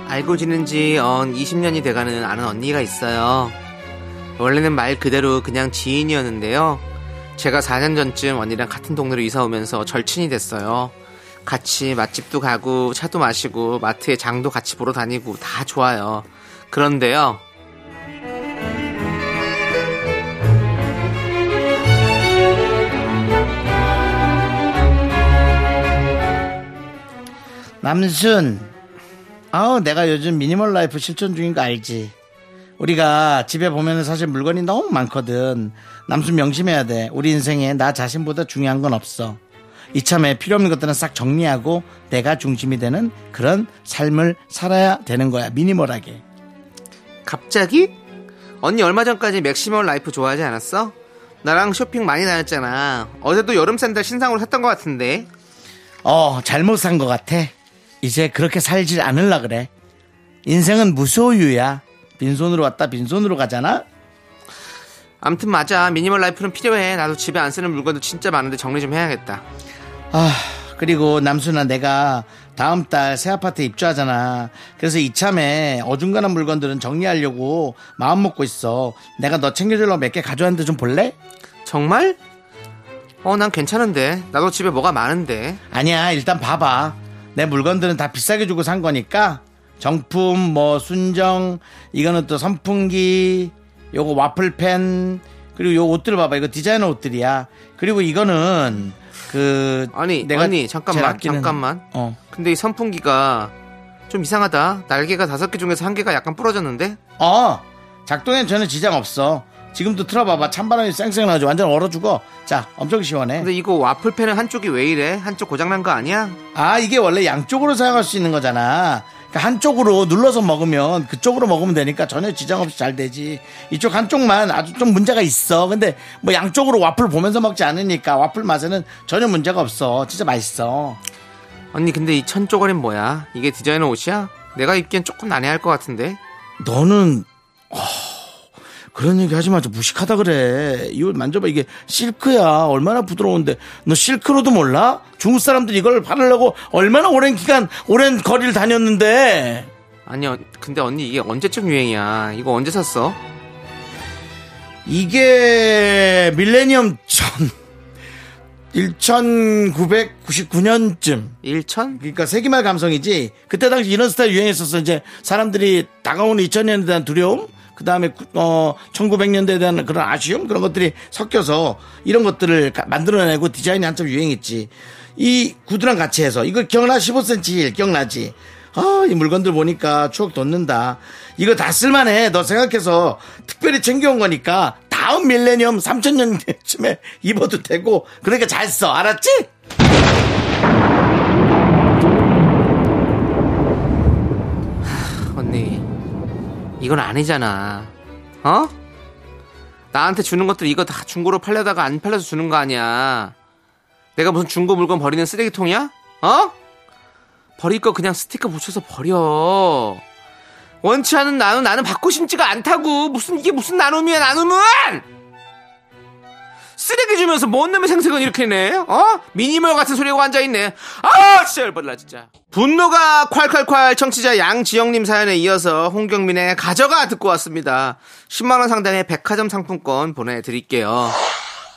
[SPEAKER 2] 알고 지낸 지 언 20년이 돼가는 아는 언니가 있어요. 원래는 말 그대로 그냥 지인이었는데요. 제가 4년 전쯤 언니랑 같은 동네로 이사 오면서 절친이 됐어요. 같이 맛집도 가고 차도 마시고 마트에 장도 같이 보러 다니고 다 좋아요. 그런데요.
[SPEAKER 1] 남순, 아우 내가 요즘 미니멀 라이프 실천 중인 거 알지? 우리가 집에 보면 은 사실 물건이 너무 많거든. 남순 명심해야 돼. 우리 인생에 나 자신보다 중요한 건 없어. 이참에 필요 없는 것들은 싹 정리하고 내가 중심이 되는 그런 삶을 살아야 되는 거야. 미니멀하게.
[SPEAKER 2] 갑자기? 언니 얼마 전까지 맥시멀 라이프 좋아하지 않았어? 나랑 쇼핑 많이 다녔잖아. 어제도 여름 샌들 신상으로 샀던 것 같은데.
[SPEAKER 1] 어, 잘못 산 것 같아. 이제 그렇게 살질 않을라 그래. 인생은 무소유야. 빈손으로 왔다 빈손으로 가잖아.
[SPEAKER 2] 암튼 맞아 미니멀 라이프는 필요해 나도 집에 안 쓰는 물건도 진짜 많은데 정리 좀 해야겠다
[SPEAKER 1] 아, 그리고 남순아 내가 다음 달 새 아파트 입주하잖아. 그래서 이참에 어중간한 물건들은 정리하려고 마음 먹고 있어. 내가 너 챙겨주려고 몇 개 가져왔는데 좀 볼래?
[SPEAKER 2] 정말? 어 난 괜찮은데 나도 집에 뭐가 많은데
[SPEAKER 1] 아니야, 일단 봐봐. 내 물건들은 다 비싸게 주고 산 거니까 정품, 뭐 순정, 이거는 또 선풍기, 요거 와플팬, 그리고 요 옷들 봐봐. 이거 디자이너 옷들이야. 그리고 이거는 그
[SPEAKER 2] 아니,
[SPEAKER 1] 내가
[SPEAKER 2] 언니, 잠깐만,
[SPEAKER 1] 제일 아끼는-
[SPEAKER 2] 잠깐만.
[SPEAKER 1] 어.
[SPEAKER 2] 근데 이 선풍기가 좀 이상하다 날개가 다섯 개 중에서 한 개가 약간 부러졌는데
[SPEAKER 1] 어 작동엔 전혀 지장 없어 지금도 틀어봐봐 찬바람이 쌩쌩 나죠 완전 얼어 죽어 자 엄청 시원해
[SPEAKER 2] 근데 이거 와플팬은 한쪽이 왜 이래? 한쪽 고장난 거 아니야?
[SPEAKER 1] 아 이게 원래 양쪽으로 사용할 수 있는 거잖아 그러니까 한쪽으로 눌러서 먹으면 그쪽으로 먹으면 되니까 전혀 지장 없이 잘 되지 이쪽 한쪽만 아주 좀 문제가 있어 근데 뭐 양쪽으로 와플 보면서 먹지 않으니까 와플 맛에는 전혀 문제가 없어 진짜 맛있어
[SPEAKER 2] 언니 근데 이 천조가리는 뭐야? 이게 디자이너 옷이야? 내가 입기엔 조금 난해할 것 같은데
[SPEAKER 1] 너는 어, 그런 얘기 하지 마. 저 무식하다 그래. 이 옷 만져봐. 이게 실크야. 얼마나 부드러운데. 너 실크로도 몰라? 중국 사람들이 이걸 바르려고 얼마나 오랜 기간, 오랜 거리를 다녔는데.
[SPEAKER 2] 아니 언- 근데 언니 이게 언제쯤 유행이야 이거 언제 샀어?
[SPEAKER 1] 이게 밀레니엄 전 1999년쯤.
[SPEAKER 2] 일천?
[SPEAKER 1] 그러니까 세기말 감성이지. 그때 당시 이런 스타일 유행했었어. 이제 사람들이 다가오는 2000년에 대한 두려움, 그 다음에 어 1900년대에 대한 그런 아쉬움 그런 것들이 섞여서 이런 것들을 가- 만들어내고 디자인이 한참 유행했지. 이 구두랑 같이 해서 이거 기억나? 15cm 일 기억나지? 아, 이 물건들 보니까 추억 돋는다. 이거 다 쓸만해. 너 생각해서 특별히 챙겨온 거니까 다 다음 밀레니엄 3000년쯤에 [laughs] 입어도 되고 그러니까 잘 써. 알았지?
[SPEAKER 2] 언니 이건 아니잖아 어? 나한테 주는 것들 이거 다 중고로 팔려다가 안 팔려서 주는 거 아니야 내가 무슨 중고 물건 버리는 쓰레기통이야? 어? 버릴 거 그냥 스티커 붙여서 버려 원치 않은 나눔 나는 받고 싶지가 않다고 무슨 이게 무슨 나눔이야 나눔은 쓰레기 주면서 못 놈의 생색은 이렇게 내 어? 미니멀 같은 소리하고 앉아있네 아 진짜 열받라 진짜 분노가 콸콸콸 청취자 양지영님 사연에 이어서 홍경민의 가져가 듣고 왔습니다 10만원 상당의 백화점 상품권 보내드릴게요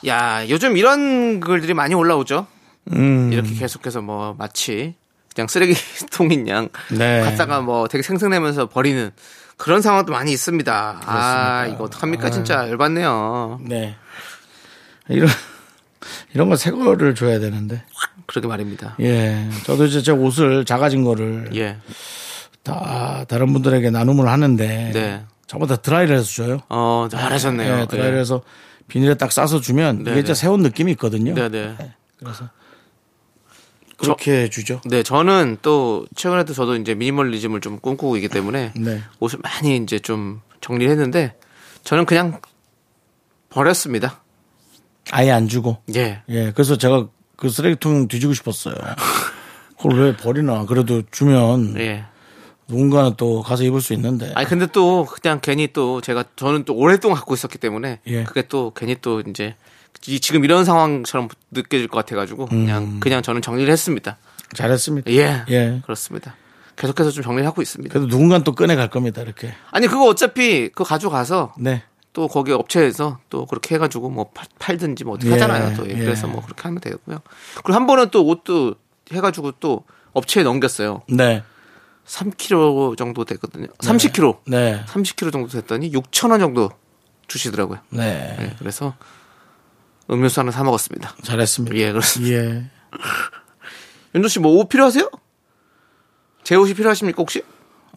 [SPEAKER 2] 야 요즘 이런 글들이 많이 올라오죠 이렇게 계속해서 뭐 마치 그냥 쓰레기통인 [laughs] 양
[SPEAKER 1] 네.
[SPEAKER 2] 갖다가 뭐 되게 생색내면서 버리는 그런 상황도 많이 있습니다 아 이거 어떡합니까 진짜 열받네요
[SPEAKER 1] 네. 이런 이런 거 새 거를 줘야 되는데.
[SPEAKER 2] 그러게 말입니다
[SPEAKER 1] 예. 저도 이제 제 옷을 작아진 거를
[SPEAKER 2] 예.
[SPEAKER 1] 다 다른 분들에게 나눔을 하는데
[SPEAKER 2] 네.
[SPEAKER 1] 전부 다 드라이를 해서 줘요.
[SPEAKER 2] 어, 잘하셨네요.
[SPEAKER 1] 예, 드라이를
[SPEAKER 2] 예.
[SPEAKER 1] 해서 비닐에 딱 싸서 주면
[SPEAKER 2] 네,
[SPEAKER 1] 이게 진짜
[SPEAKER 2] 네.
[SPEAKER 1] 새운 느낌이 있거든요.
[SPEAKER 2] 네, 네.
[SPEAKER 1] 그렇게 주죠.
[SPEAKER 2] 네, 저는 또 최근에도 저도 이제 미니멀리즘을 좀 꿈꾸고 있기 때문에
[SPEAKER 1] 네.
[SPEAKER 2] 옷을 많이 이제 좀 정리를 했는데 저는 그냥 버렸습니다.
[SPEAKER 1] 아예 안 주고.
[SPEAKER 2] 예.
[SPEAKER 1] 예. 그래서 제가 그 쓰레기통 뒤지고
[SPEAKER 2] [laughs]
[SPEAKER 1] 싶었어요. 그걸 왜 버리나. 그래도 주면
[SPEAKER 2] 예.
[SPEAKER 1] 누군가는 또 가서 입을 수 있는데.
[SPEAKER 2] 아니 근데 또 그냥 괜히 또 제가 저는 또 오랫동안 갖고 있었기 때문에
[SPEAKER 1] 예.
[SPEAKER 2] 그게 또 괜히 또 이제 이- 지금 이런 상황처럼 느껴질 것 같아 가지고 그냥 그냥 저는 정리를 했습니다.
[SPEAKER 1] 잘했습니다.
[SPEAKER 2] 음. 예.
[SPEAKER 1] 예.
[SPEAKER 2] 그렇습니다. 계속해서 좀 정리를 하고 있습니다.
[SPEAKER 1] 그래도 누군가는 또 꺼내갈 겁니다. 이렇게.
[SPEAKER 2] 아니 그거 어차피 그거 가져가서
[SPEAKER 1] 네.
[SPEAKER 2] 또 거기 업체에서 또 그렇게 해가지고 뭐 팔- 팔든지 뭐 어떻게
[SPEAKER 1] 예,
[SPEAKER 2] 하잖아요. 또 예,
[SPEAKER 1] 예.
[SPEAKER 2] 그래서 뭐 그렇게 하면 되고요. 그리고 한 번은 또 옷도 해가지고 또 업체에 넘겼어요.
[SPEAKER 1] 네.
[SPEAKER 2] 3kg 정도 됐거든요. 30kg.
[SPEAKER 1] 네.
[SPEAKER 2] 30kg 정도 됐더니 6천 원 정도 주시더라고요.
[SPEAKER 1] 네.
[SPEAKER 2] 예, 그래서 음료수 하나 사 먹었습니다.
[SPEAKER 1] 잘했습니다.
[SPEAKER 2] 예, 그렇습니다.
[SPEAKER 1] 예.
[SPEAKER 2] 윤조 씨 뭐 옷 필요하세요? 제 옷이 필요하십니까 혹시?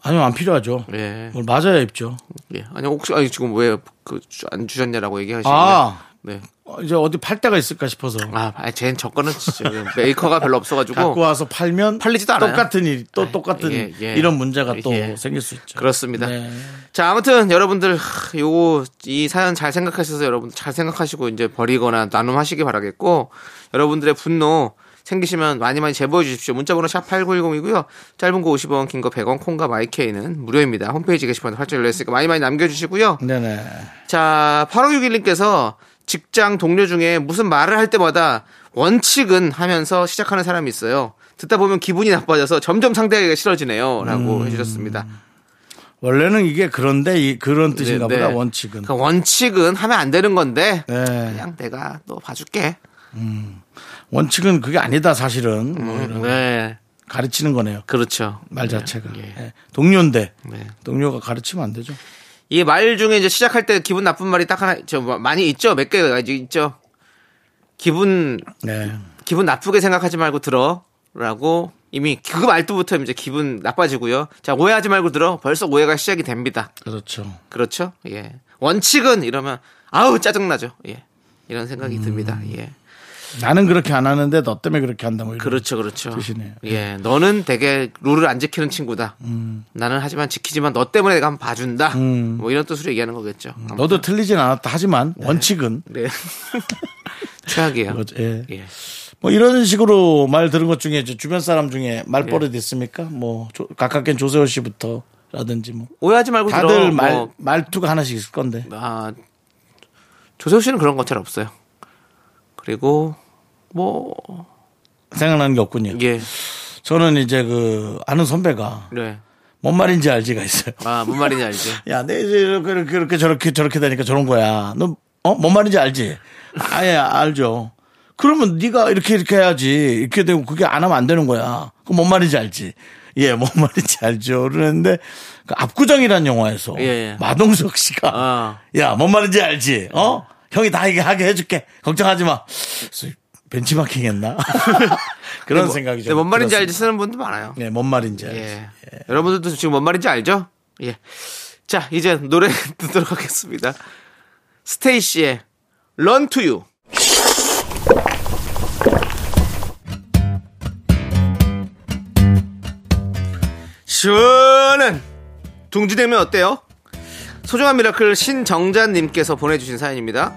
[SPEAKER 1] 아니요, 안 필요하죠.
[SPEAKER 2] 예.
[SPEAKER 1] 뭘 맞아야 입죠.
[SPEAKER 2] 예. 아니 혹시 아니 지금 왜 그 안 주셨냐라고 얘기하시는데.
[SPEAKER 1] 아.
[SPEAKER 2] 네.
[SPEAKER 1] 어, 이제 어디 팔 데가 있을까 싶어서.
[SPEAKER 2] 아, 아니, 쟨 저거는 진짜 메이커가 별로 없어가지고
[SPEAKER 1] 갖고 와서 팔면
[SPEAKER 2] 팔리지도 않아요.
[SPEAKER 1] 똑같은 일, 또
[SPEAKER 2] 아이,
[SPEAKER 1] 똑같은
[SPEAKER 2] 예, 예.
[SPEAKER 1] 이런 문제가 또
[SPEAKER 2] 예.
[SPEAKER 1] 생길 수 있죠.
[SPEAKER 2] 그렇습니다.
[SPEAKER 1] 네.
[SPEAKER 2] 자, 아무튼 여러분들 하, 요거 이 사연 잘 생각하셔서 여러분 잘 생각하시고 이제 버리거나 나눔하시기 바라겠고 여러분들의 분노 생기시면 많이 많이 제보해 주십시오. 문자번호 샵 8910이고요. 짧은 거 50원, 긴 거 100원, 콩과 마이케이는 무료입니다. 홈페이지 게시판에 활짝 열려 있으니까 많이 많이 남겨주시고요.
[SPEAKER 1] 네네.
[SPEAKER 2] 자, 8561님께서 직장 동료 중에 무슨 말을 할 때마다 원칙은 하면서 시작하는 사람이 있어요. 듣다 보면 기분이 나빠져서 점점 상대하기가 싫어지네요. 라고 해주셨습니다.
[SPEAKER 1] 원래는 이게 그런데 이- 그런 뜻인가
[SPEAKER 2] 네,
[SPEAKER 1] 보다
[SPEAKER 2] 네.
[SPEAKER 1] 원칙은.
[SPEAKER 2] 그러니까 원칙은 하면 안 되는 건데
[SPEAKER 1] 네.
[SPEAKER 2] 그냥 내가 또 봐줄게.
[SPEAKER 1] 원칙은 그게 아니다 사실은 뭐 이런
[SPEAKER 2] 네,
[SPEAKER 1] 가르치는 거네요.
[SPEAKER 2] 그렇죠.
[SPEAKER 1] 말 자체가 예. 동료인데
[SPEAKER 2] 네.
[SPEAKER 1] 동료가 가르치면 안 되죠.
[SPEAKER 2] 이 말 중에 이제 시작할 때 기분 나쁜 말이 딱 하나 저뭐 많이 있죠. 몇 개가 이제 있죠. 기분
[SPEAKER 1] 네.
[SPEAKER 2] 기분 나쁘게 생각하지 말고 들어라고 이미 그 말투부터 이제 기분 나빠지고요. 자 오해하지 말고 들어. 벌써 오해가 시작이 됩니다.
[SPEAKER 1] 그렇죠.
[SPEAKER 2] 그렇죠? 예. 원칙은 이러면 아우 짜증 나죠. 예. 이런
[SPEAKER 1] 음.
[SPEAKER 2] 생각이 듭니다. 예.
[SPEAKER 1] 나는 그렇게 안 하는데 너 때문에 그렇게 한다 뭐 이런.
[SPEAKER 2] 그렇죠, 그렇죠.
[SPEAKER 1] 뜻이네요.
[SPEAKER 2] 예, 너는 되게 룰을 안 지키는 친구다.
[SPEAKER 1] 음.
[SPEAKER 2] 나는 하지만 지키지만 너 때문에 내가 한번 봐준다. 뭐 이런 뜻으로 얘기하는 거겠죠.
[SPEAKER 1] 너도 틀리진 않았다 하지만 원칙은
[SPEAKER 2] 네. [laughs] 최악이에요.
[SPEAKER 1] 그거죠. 예.
[SPEAKER 2] 예.
[SPEAKER 1] 뭐 이런 식으로 말 들은 것 중에 이제 주변 사람 중에 말버릇
[SPEAKER 2] 예.
[SPEAKER 1] 있습니까? 뭐 조- 가깝게 조세호 씨부터라든지 뭐
[SPEAKER 2] 오해하지 말고 들어.
[SPEAKER 1] 다들 말
[SPEAKER 2] 뭐,
[SPEAKER 1] 말투가 하나씩 있을 건데
[SPEAKER 2] 아, 조세호 씨는 그런 것 잘 없어요. 그리고 뭐
[SPEAKER 1] 생각나는 게 없군요.
[SPEAKER 2] 예,
[SPEAKER 1] 저는 이제 그 아는 선배가
[SPEAKER 2] 네.
[SPEAKER 1] 뭔 말인지 알지가 있어요.
[SPEAKER 2] 아, 뭔 말인지 알지.
[SPEAKER 1] 야, 내 이제 이렇게 이렇게 이렇게 저렇게 저렇게 되니까 저런 거야. 너 어? 뭔 말인지 알지? 아예 알죠. 그러면 네가 이렇게 이렇게 해야지. 이렇게 되고 그게 안 하면 안 되는 거야. 그뭔 말인지 알지? 예, 뭔 [laughs] 말인지 알죠. 그러는데 그 압구정이라는 영화에서
[SPEAKER 2] 예, 예.
[SPEAKER 1] 마동석 씨가
[SPEAKER 2] 아.
[SPEAKER 1] 야, 뭔 말인지 알지? 어? 형이 다 이게 하게 해줄게. 걱정하지 마. 그래서 벤치마킹
[SPEAKER 2] [laughs]
[SPEAKER 1] 했나? 그런
[SPEAKER 2] 뭐,
[SPEAKER 1] 생각이
[SPEAKER 2] 네,
[SPEAKER 1] 좀.
[SPEAKER 2] 뭔 말인지
[SPEAKER 1] 들었습니다.
[SPEAKER 2] 알지 쓰는 분도 많아요.
[SPEAKER 1] 네, 뭔 말인지 알지.
[SPEAKER 2] 예. 여러분들도 [laughs] 지금 뭔 말인지 알죠? 예. 자, 이제 노래 듣도록 하겠습니다. 스테이시의 런 투 유. 시원한 둥지대면 어때요? 소중한 미라클 신정자님께서 보내주신 사연입니다.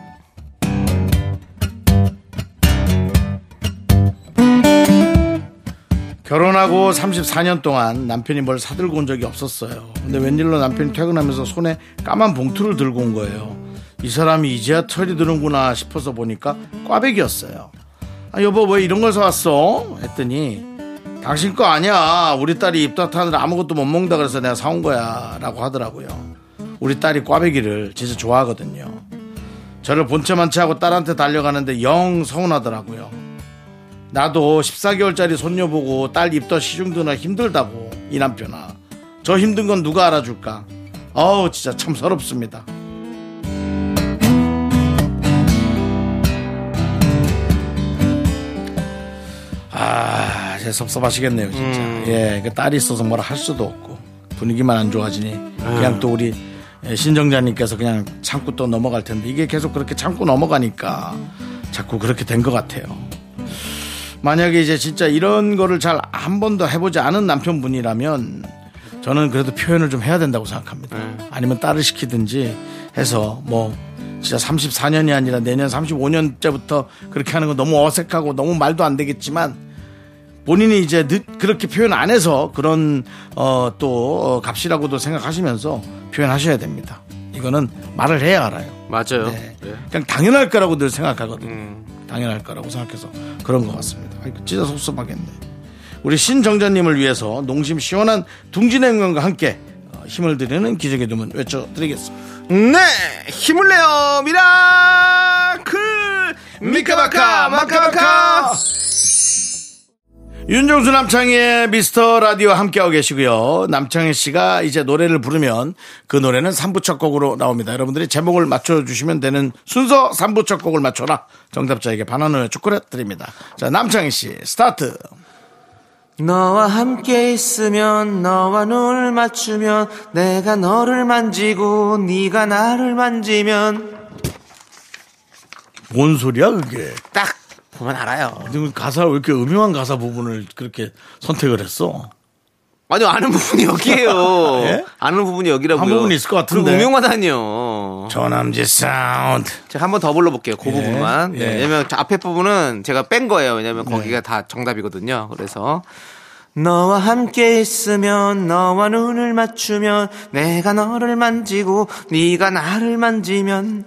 [SPEAKER 1] 결혼하고 34년 동안 남편이 뭘 사들고 온 적이 없었어요. 근데 웬일로 남편이 퇴근하면서 손에 까만 봉투를 들고 온 거예요. 이 사람이 이제야 철이 드는구나 싶어서 보니까 꽈배기였어요. 아, 여보 왜 이런 걸 사왔어? 했더니 당신 거 아니야. 우리 딸이 입덧하느라 아무것도 못 먹는다 그래서 내가 사온 거야. 라고 하더라고요. 우리 딸이 꽈배기를 진짜 좋아하거든요. 저를 본체만 채하고 딸한테 달려가는데 영 서운하더라고요. 나도 14개월짜리 손녀 보고 딸 입덧 시중드나 힘들다고 이 남편아 저 힘든 건 누가 알아줄까 어우 진짜 참 서럽습니다 아 진짜 섭섭하시겠네요 진짜 예, 그 딸이 있어서 뭐라 할 수도 없고 분위기만 안 좋아지니 그냥 또 우리 신정자님께서 그냥 참고 또 넘어갈 텐데 이게 계속 그렇게 참고 넘어가니까 자꾸 그렇게 된 것 같아요 만약에 이제 진짜 이런 거를 잘 한 번도 해보지 않은 남편분이라면 저는 그래도 표현을 좀 해야 된다고 생각합니다. 아니면 딸을 시키든지 해서 뭐 진짜 34년이 아니라 내년 35년째부터 그렇게 하는 건 너무 어색하고 너무 말도 안 되겠지만 본인이 이제 늦 그렇게 표현 안 해서 그런 어, 또 어, 값이라고도 생각하시면서 표현하셔야 됩니다. 이거는 말을 해야 알아요.
[SPEAKER 2] 맞아요.
[SPEAKER 1] 네.
[SPEAKER 2] 네.
[SPEAKER 1] 그냥 당연할 거라고 늘 생각하거든요. 당연할 거라고 생각해서 그런 것 같습니다. 아이고, 진짜 섭섭하겠네. 우리 신정자님을 위해서 농심 시원한 둥지냉면과 함께 어, 힘을 드리는 기적의 주문 외쳐드리겠습니다.
[SPEAKER 2] 네 힘을 내요 미라클 미카마카 마카마카
[SPEAKER 1] 윤종수 남창희의 미스터 라디오 함께하고 계시고요. 남창희 씨가 이제 노래를 부르면 그 노래는 3부 첫 곡으로 나옵니다. 여러분들이 제목을 맞춰주시면 되는 순서 3부 첫 곡을 맞춰라. 정답자에게 바나나 초콜릿 드립니다. 자, 남창희 씨 스타트.
[SPEAKER 2] 너와 함께 있으면 너와 눈을 맞추면 내가 너를 만지고 네가 나를 만지면
[SPEAKER 1] 뭔 소리야 그게?
[SPEAKER 2] 딱 보면 알아요
[SPEAKER 1] 근데 가사 왜 이렇게 음흉한 가사 부분을 그렇게 선택을 했어?
[SPEAKER 2] 아니요 아는 부분이 [laughs] 여기에요
[SPEAKER 1] 예?
[SPEAKER 2] 아는 부분이 여기라고요
[SPEAKER 1] 한 부분이 있을 것 같은데.
[SPEAKER 2] 그리고 음용하다니요
[SPEAKER 1] 저남지 사운드.
[SPEAKER 2] 제가 한 번 더 불러볼게요 그 부분만
[SPEAKER 1] 예.
[SPEAKER 2] 네, 왜냐면 저 앞에 부분은 제가 뺀 거예요 왜냐면 거기가 다 정답이거든요 그래서 네. 너와 함께 있으면 너와 눈을 맞추면 내가 너를 만지고 네가 나를 만지면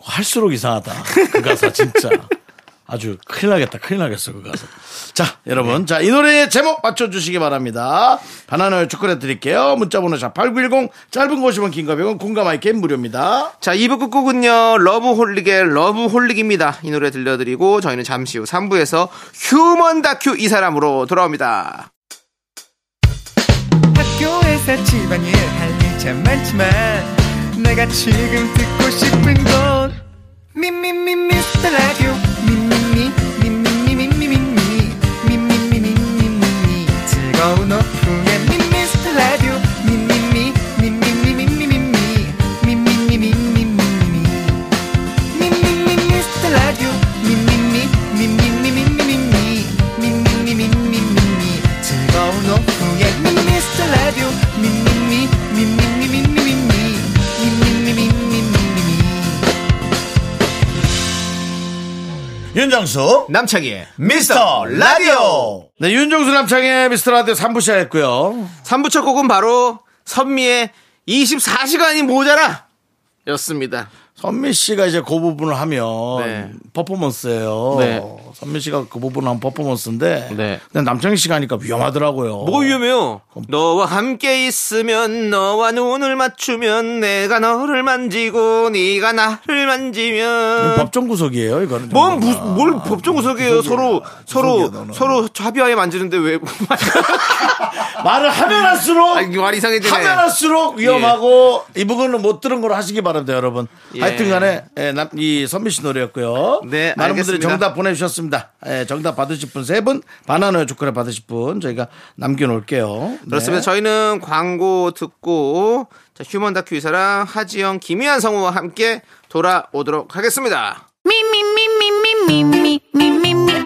[SPEAKER 1] 할수록 이상하다. 그 가사 진짜. 아주 큰일 나겠다. 큰일 나겠어 그 가사. 자
[SPEAKER 2] 네.
[SPEAKER 1] 여러분 자 이 노래의 제목 맞춰주시기 바랍니다. 바나나 초콜릿 드릴게요. 문자번호 샵8910 짧은 거 50원 긴거 100원 공감하이 게임 무료입니다.
[SPEAKER 2] 자, 2부 끝곡은요, 러브홀릭의 러브홀릭입니다. 이 노래 들려드리고, 저희는 잠시 후 3부에서 휴먼 다큐 이 사람으로 돌아옵니다.
[SPEAKER 6] 학교에서 집안일 할 일 참 많지만 내가 지금 듣고 싶은 건 미미미 미스터 라디오 미미미 미미미 미미미 미미미 미미미 즐거운 오후에 미스터 라디오 미미미 미미미 미미미 미미미 미미미
[SPEAKER 1] 윤정수
[SPEAKER 2] 남창희의
[SPEAKER 1] 미스터 라디오. 네 윤정수 남창의 미스터 라디오 3부 시작했고요.
[SPEAKER 2] 3부 첫 곡은 바로 선미의 24시간이 모자라! 였습니다.
[SPEAKER 1] 선미 씨가 이제 그 부분을 하면
[SPEAKER 2] 네.
[SPEAKER 1] 퍼포먼스예요.
[SPEAKER 2] 네.
[SPEAKER 1] 선미 씨가 그 부분을 하면 퍼포먼스인데
[SPEAKER 2] 네.
[SPEAKER 1] 근데 남창희 씨가 하니까 위험하더라고요.
[SPEAKER 2] 어. 뭐가 위험해요? 너와 함께 있으면 너와 눈을 맞추면 내가 너를 만지고 네가 나를 만지면
[SPEAKER 1] 법정 구속이에요 이거는.
[SPEAKER 2] 뭔
[SPEAKER 1] 정도가.
[SPEAKER 2] 음, 무슨 뭘 법정 구속이에요 서로
[SPEAKER 1] 구속이야,
[SPEAKER 2] 서로
[SPEAKER 1] 너는.
[SPEAKER 2] 서로 합의하에 만지는데 왜 [laughs]
[SPEAKER 1] 말을 하면 할수록
[SPEAKER 2] 아, 이게 말 이상해지네.
[SPEAKER 1] 하면 할수록 위험하고 이 부분은 못 들은 걸 하시기 바랍니다, 여러분.
[SPEAKER 2] 예.
[SPEAKER 1] 하여튼 간에, 예, 남, 이 선미 씨 노래였고요.
[SPEAKER 2] 네,
[SPEAKER 1] 많은 분들이
[SPEAKER 2] 알겠습니다.
[SPEAKER 1] 정답 보내주셨습니다. 예, 정답 받으실 분 세 분, 바나나 초콜릿 받으실 분 저희가 남겨놓을게요. 네.
[SPEAKER 2] 그렇습니다. 저희는 광고 듣고 자, 휴먼 다큐 이사랑 하지영, 김희한 성우와 함께 돌아오도록 하겠습니다.
[SPEAKER 5] Me, me, me, me, me, me, me, me, me, me,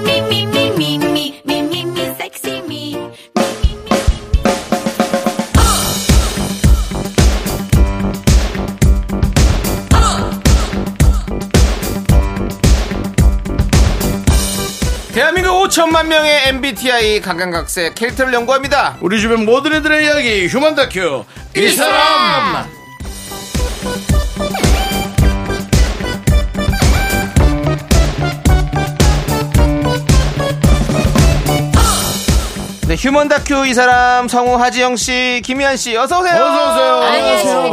[SPEAKER 5] me, me, me, me, me, me, me, me, sexy me.
[SPEAKER 2] 대한민국 5천만 명의 MBTI 각양각색 캐릭터를 연구합니다.
[SPEAKER 1] 우리 주변 모든 애들의 이야기 휴먼 다큐 이 사람
[SPEAKER 2] 네, 휴먼 다큐 이 사람 성우 하지영 씨, 김희한 씨 어서 오세요. 아,
[SPEAKER 1] 어서오세요